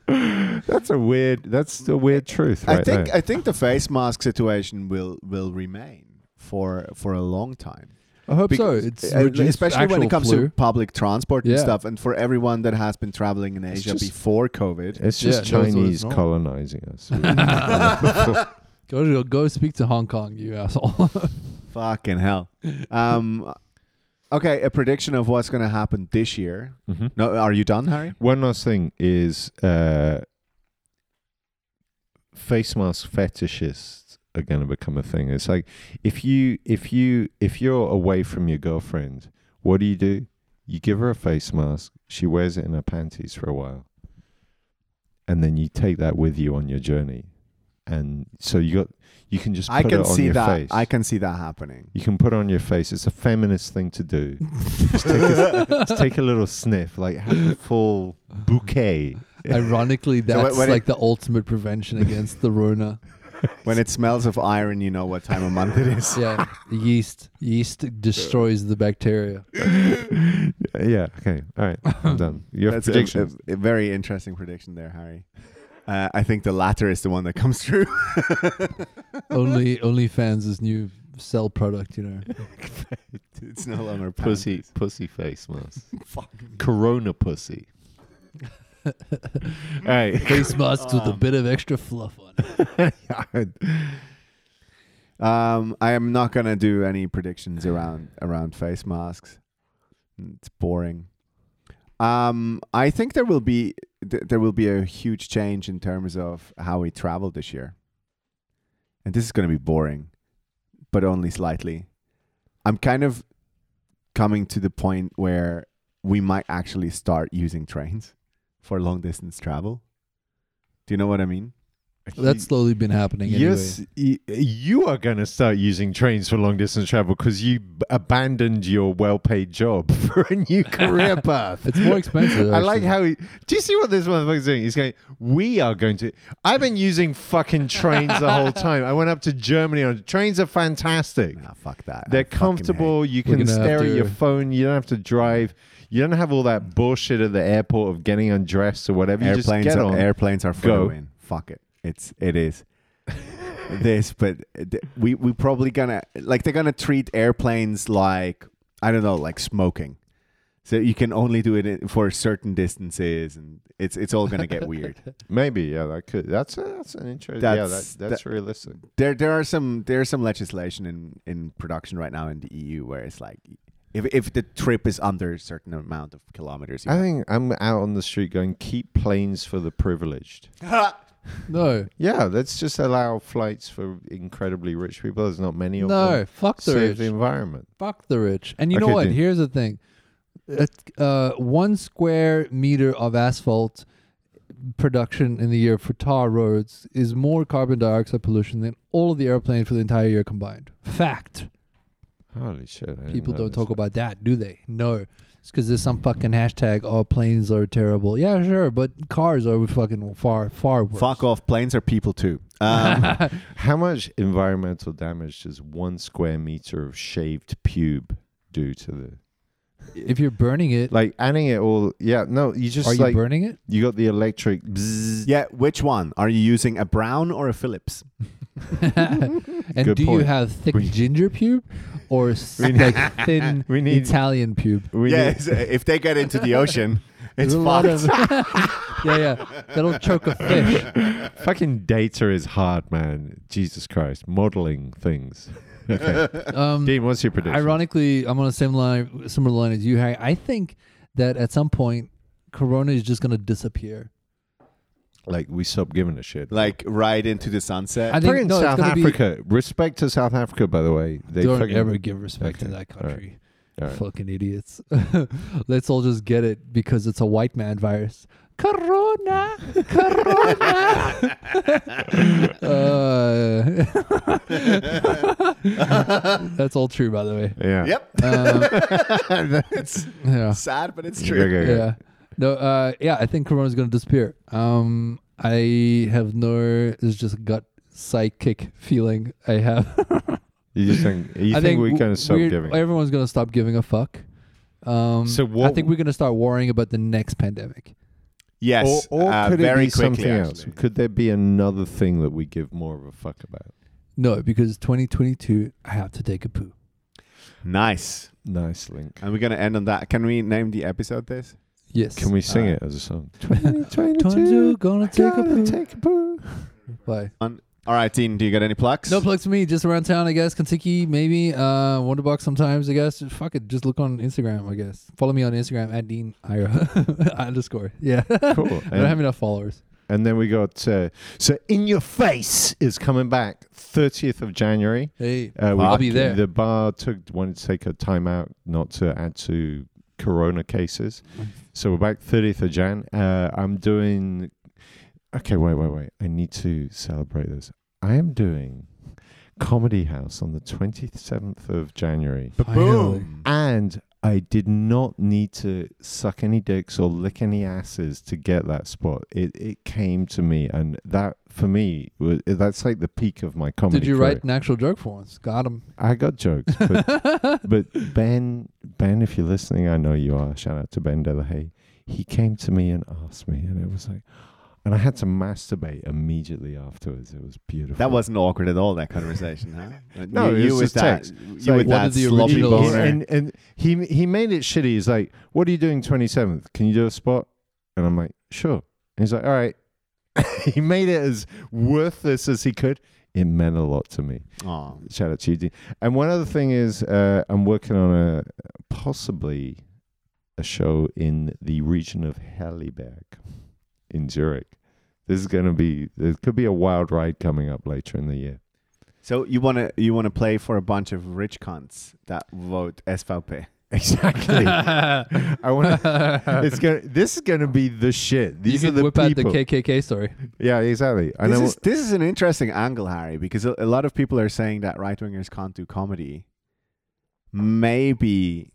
Speaker 3: that's a weird. That's a weird truth, right
Speaker 2: I think
Speaker 3: there.
Speaker 2: I think the face mask situation will will remain for for a long time.
Speaker 4: I hope
Speaker 2: Because-
Speaker 4: so. It's
Speaker 2: uh,
Speaker 4: reduced
Speaker 2: especially when
Speaker 4: actual
Speaker 2: it comes
Speaker 4: flu.
Speaker 2: to public transport and
Speaker 4: Yeah.
Speaker 2: stuff, and for everyone that has been traveling in
Speaker 3: It's
Speaker 2: Asia
Speaker 3: just-
Speaker 2: before COVID.
Speaker 3: it's just
Speaker 4: Yeah, no, it's-
Speaker 3: Chinese
Speaker 4: it's not.
Speaker 3: colonizing us.
Speaker 4: go to go speak to Hong Kong, you asshole.
Speaker 2: Fucking hell. Um, okay, a prediction of what's going to happen this year.
Speaker 3: Mhm.
Speaker 2: No, are you done, Harry?
Speaker 3: One last thing is uh, face mask fetishists are going to become a thing. It's like if you if you if you're away from your girlfriend, what do you do? You give her a face mask. She wears it in her panties for a while, and then you take that with you on your journey. And so you got you can just put
Speaker 2: I can
Speaker 3: it on
Speaker 2: see
Speaker 3: your
Speaker 2: that.
Speaker 3: face.
Speaker 2: I can see that happening.
Speaker 3: You can put it on your face. It's a feminist thing to do. just, take a, just take a little sniff, like have a full bouquet.
Speaker 4: Ironically,
Speaker 2: when-
Speaker 4: that's
Speaker 2: when it-
Speaker 4: like the ultimate prevention against the Rona.
Speaker 2: When it smells of iron, you know what time of month it is.
Speaker 4: Yeah, the yeast yeast destroys the bacteria.
Speaker 3: yeah. Okay. All right. I'm done. Your
Speaker 2: That's a,
Speaker 3: predictions.
Speaker 2: a- a very interesting prediction there, Harry. Uh, I think the latter is the one that comes true.
Speaker 4: Only OnlyFans is new cell product, you know.
Speaker 2: it's no longer
Speaker 3: pussy,
Speaker 2: panties.
Speaker 3: pussy face mask. Corona pussy. All right.
Speaker 4: Face masks with a bit of extra fluff on it.
Speaker 2: Um, I am not gonna do any predictions around around face masks. It's boring. Um, I think there will be th- there will be a huge change in terms of how we travel this year, and this is gonna be boring, but only slightly. I'm kind of coming to the point where we might actually start using trains for long distance travel. Do you know what I mean?
Speaker 4: That's slowly been happening. Anyway.
Speaker 3: Yes, y- you are going to start using trains for long distance travel because you b- abandoned your well paid job for a new career path.
Speaker 4: It's more expensive,
Speaker 3: I like
Speaker 4: actually.
Speaker 3: how he. Do you see what this motherfucker's doing? He's going, We are going to. I've been using fucking trains the whole time. I went up to Germany on. Trains are fantastic.
Speaker 2: Nah, fuck that. I
Speaker 3: They're
Speaker 2: fucking hate
Speaker 3: comfortable. You
Speaker 4: We're
Speaker 3: can
Speaker 4: gonna have
Speaker 3: stare at
Speaker 4: to-
Speaker 3: your phone. You don't have to drive. You don't have all that bullshit at the airport of getting undressed or whatever. You
Speaker 2: airplanes
Speaker 3: just get
Speaker 2: are,
Speaker 3: on.
Speaker 2: airplanes are for the
Speaker 3: Go.
Speaker 2: win. Fuck it. It's it is this, but th- we we probably gonna like they're gonna treat airplanes like I don't know, like smoking. So you can only do it in- for certain distances, and it's it's all gonna get weird.
Speaker 3: Maybe yeah, that could. That's a, that's an interesting. yeah,
Speaker 2: That's-
Speaker 3: that, that's realistic.
Speaker 2: There there are some there's some legislation in in production right now in the EU where it's like if if the trip is under a certain amount of kilometers, you
Speaker 3: I think I'm out on the street going, keep planes for the privileged.
Speaker 4: No,
Speaker 3: Yeah, let's just allow flights for incredibly rich people. There's not many of
Speaker 4: no,
Speaker 3: them.
Speaker 4: fuck the
Speaker 3: Save
Speaker 4: rich.
Speaker 3: the environment.
Speaker 4: fuck the rich. And you know
Speaker 3: Okay,
Speaker 4: what?
Speaker 3: then.
Speaker 4: Here's the thing: It- uh, one square meter of asphalt production in the year for tar roads is more carbon dioxide pollution than all of the airplanes for the entire year combined. Fact.
Speaker 3: Holy shit! I didn't
Speaker 4: People
Speaker 3: know
Speaker 4: don't
Speaker 3: this.
Speaker 4: talk about that, do they? No. It's because there's some fucking hashtag, oh, planes are terrible. Yeah, sure, but cars are fucking far, far worse.
Speaker 2: fuck off. Planes are people too. Um,
Speaker 3: How much environmental damage does one square meter of shaved pube do to the?
Speaker 4: If you're burning it,
Speaker 3: Like adding it all, yeah. No, you just
Speaker 4: are you
Speaker 3: like you,
Speaker 4: burning it?
Speaker 3: got the electric. Bzzz.
Speaker 2: yeah, which one are you using? A Brown or a Phillips?
Speaker 4: and
Speaker 3: Good
Speaker 4: do you
Speaker 3: point.
Speaker 4: have thick
Speaker 3: We-
Speaker 4: ginger pube or s-
Speaker 3: We
Speaker 4: like thin
Speaker 3: we need-
Speaker 4: Italian pube?
Speaker 3: We
Speaker 2: yeah,
Speaker 3: need-
Speaker 2: it's- uh, if they get into the ocean, it's
Speaker 4: There's a lot
Speaker 2: fucked.
Speaker 4: of- yeah, yeah. That'll choke a fish.
Speaker 3: Fucking data is hard, man. Jesus Christ, modeling things. Okay,
Speaker 4: Um,
Speaker 3: Dean, what's your prediction?
Speaker 4: Ironically, I'm on the same line, similar line as you, Harry. I think that at some point, Corona is just going to disappear.
Speaker 3: Like we stop giving a shit.
Speaker 2: like right into the sunset.
Speaker 4: I think
Speaker 3: Fucking
Speaker 4: no, it's
Speaker 3: South
Speaker 4: gonna be-
Speaker 3: Africa. Respect to South Africa, by the way. They
Speaker 4: don't
Speaker 3: fucking-
Speaker 4: ever give respect to
Speaker 3: Okay,
Speaker 4: that
Speaker 3: all right,
Speaker 4: country.
Speaker 3: all right.
Speaker 4: Fucking idiots. Let's all just get it because it's a white man virus. Corona, Corona. Uh, that's all true, by the way.
Speaker 3: Yeah.
Speaker 2: Yep.
Speaker 4: Um,
Speaker 2: it's
Speaker 4: yeah,
Speaker 2: sad, but it's
Speaker 3: Okay,
Speaker 2: true.
Speaker 3: okay, okay.
Speaker 4: yeah. No, uh, yeah. I think Corona's gonna disappear. Um, I have no. It's just a gut psychic feeling I have.
Speaker 3: You just think you think, we're
Speaker 4: w-
Speaker 3: gonna stop
Speaker 4: we're-
Speaker 3: giving?
Speaker 4: Everyone's going to stop giving a fuck. Um,
Speaker 3: So
Speaker 4: I
Speaker 3: what-
Speaker 4: think we're going to start worrying about the next pandemic.
Speaker 2: Yes.
Speaker 3: or or
Speaker 2: uh,
Speaker 3: could
Speaker 2: very
Speaker 3: it be
Speaker 2: quickly,
Speaker 3: something else?
Speaker 2: actually.
Speaker 3: Could there be another thing that we give more of a fuck about?
Speaker 4: No, because 2022, I have to take a poo.
Speaker 2: Nice.
Speaker 3: Nice link.
Speaker 2: And we're gonna end on that. Can we name the episode this?
Speaker 4: Yes.
Speaker 3: Can we sing
Speaker 2: Uh,
Speaker 3: it as a song?
Speaker 4: Twenty-two, gonna take a poo.
Speaker 3: take a poo.
Speaker 4: Bye.
Speaker 2: All right, Dean. Do you got any plugs?
Speaker 4: No plugs for me. Just around town, I guess. Kentucky, maybe. Uh, Wonderbox sometimes, I guess. Fuck it. Just look on Instagram, I guess. Follow me on Instagram at Dean Ira underscore. Yeah.
Speaker 3: Cool.
Speaker 4: I don't have
Speaker 3: And,
Speaker 4: enough followers.
Speaker 3: and then we got uh, so in your face is coming back 30th of January.
Speaker 4: Hey.
Speaker 3: Uh, we-
Speaker 4: I'll be there.
Speaker 3: The bar took wanted to take a time out not to add to corona cases. So we're back 30th of Jan. Uh, I'm doing. Okay, wait, wait, wait. I need to celebrate this. I am doing Comedy House on the 27th of January.
Speaker 2: Boom.
Speaker 3: And I did not need to suck any dicks or lick any asses to get that spot. It it came to me, and that for me was that's like the peak of my comedy.
Speaker 4: Did you
Speaker 3: career.
Speaker 4: write an actual joke for once? Got him.
Speaker 3: I got jokes, but, but Ben, Ben, if you're listening, I know you are. Shout out to Ben Delahaye. He came to me and asked me, and it was like, and I had to masturbate immediately afterwards. It was beautiful.
Speaker 2: That wasn't awkward at all. That conversation, huh?
Speaker 3: No,
Speaker 2: you,
Speaker 3: it
Speaker 2: you
Speaker 3: was
Speaker 2: with
Speaker 3: just
Speaker 2: that.
Speaker 3: text.
Speaker 2: You
Speaker 3: So
Speaker 2: with
Speaker 3: what
Speaker 4: did
Speaker 2: that
Speaker 4: the
Speaker 2: sloppy
Speaker 4: original-
Speaker 2: boner.
Speaker 3: and and he he made it shitty. He's like, "What are you doing 27th? Can you do a spot?" And I'm like, "Sure." And he's like, "All right." he made it as worthless as he could. It meant a lot to me.
Speaker 2: Aw.
Speaker 3: Shout out to you, Dean. And one other thing is, uh, I'm working on a possibly a show in the region of Helleberg in Zurich. This is going to be, there could be a wild ride coming up later in the year.
Speaker 2: So you wanna you wanna play for a bunch of rich cunts that vote SVP?
Speaker 3: Exactly. I want It's going. to This is going to be the shit. These
Speaker 4: you
Speaker 3: are
Speaker 4: could
Speaker 3: the
Speaker 4: whip
Speaker 3: people.
Speaker 4: out the KKK story.
Speaker 3: Yeah, exactly. I
Speaker 2: This
Speaker 3: know.
Speaker 2: is this is an interesting angle, Harry, because a, a lot of people are saying that right wingers can't do comedy. Maybe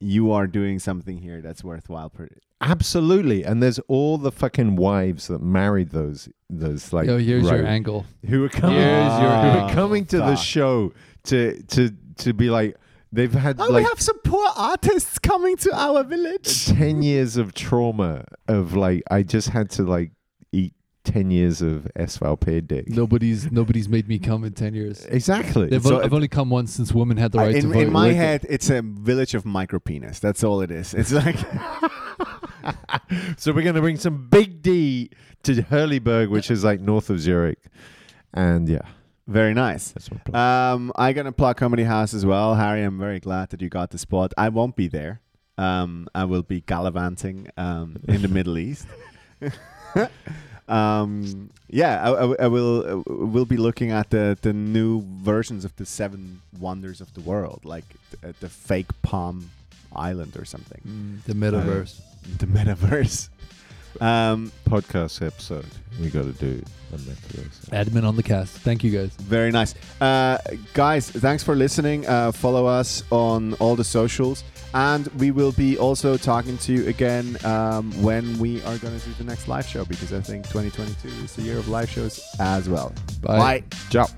Speaker 2: you are doing something here that's worthwhile. Per-
Speaker 3: absolutely. And there's all the fucking wives that married those those like
Speaker 4: Yo, here's your
Speaker 3: rogue-
Speaker 4: angle.
Speaker 3: who are coming
Speaker 4: Here's your-
Speaker 3: who are coming to the
Speaker 2: fuck.
Speaker 3: show to to to be like They've had
Speaker 2: Oh,
Speaker 3: like
Speaker 2: we have some poor artists coming to our village.
Speaker 3: 10 years of trauma of like I just had to like eat 10 years of SVP dick.
Speaker 4: Nobody's nobody's made me come in ten years.
Speaker 3: Exactly.
Speaker 4: They've
Speaker 2: So-
Speaker 4: o- I've only come once since women had the
Speaker 2: I-
Speaker 4: right to
Speaker 2: in,
Speaker 4: vote.
Speaker 2: in my
Speaker 4: Like,
Speaker 2: head, it's a village of micro penis. That's all it is. It's like
Speaker 3: So we're going to bring some big D to Hurleyberg, which is like north of Zurich. And yeah,
Speaker 2: very nice.
Speaker 3: that's my plan.
Speaker 2: Um, i gonna plug Comedy House as well, Harry. I'm very glad that you got the spot. I won't be there. Um, I will be gallivanting um, in the Middle East. um, yeah, I, I w- I will. uh, will be looking at the the new versions of the Seven Wonders of the World, like the, the fake Palm Island or something,
Speaker 4: mm, the metaverse.
Speaker 2: the metaverse. Um,
Speaker 3: Podcast episode. We got to do a metaverse.
Speaker 4: Admin on the cast. Thank you guys.
Speaker 2: Very nice. Uh, guys, thanks for listening. Uh, follow us on all the socials. And we will be also talking to you again um, when we are going to do the next live show because I think 2022 is the year of live shows as well.
Speaker 4: Bye.
Speaker 2: Ciao.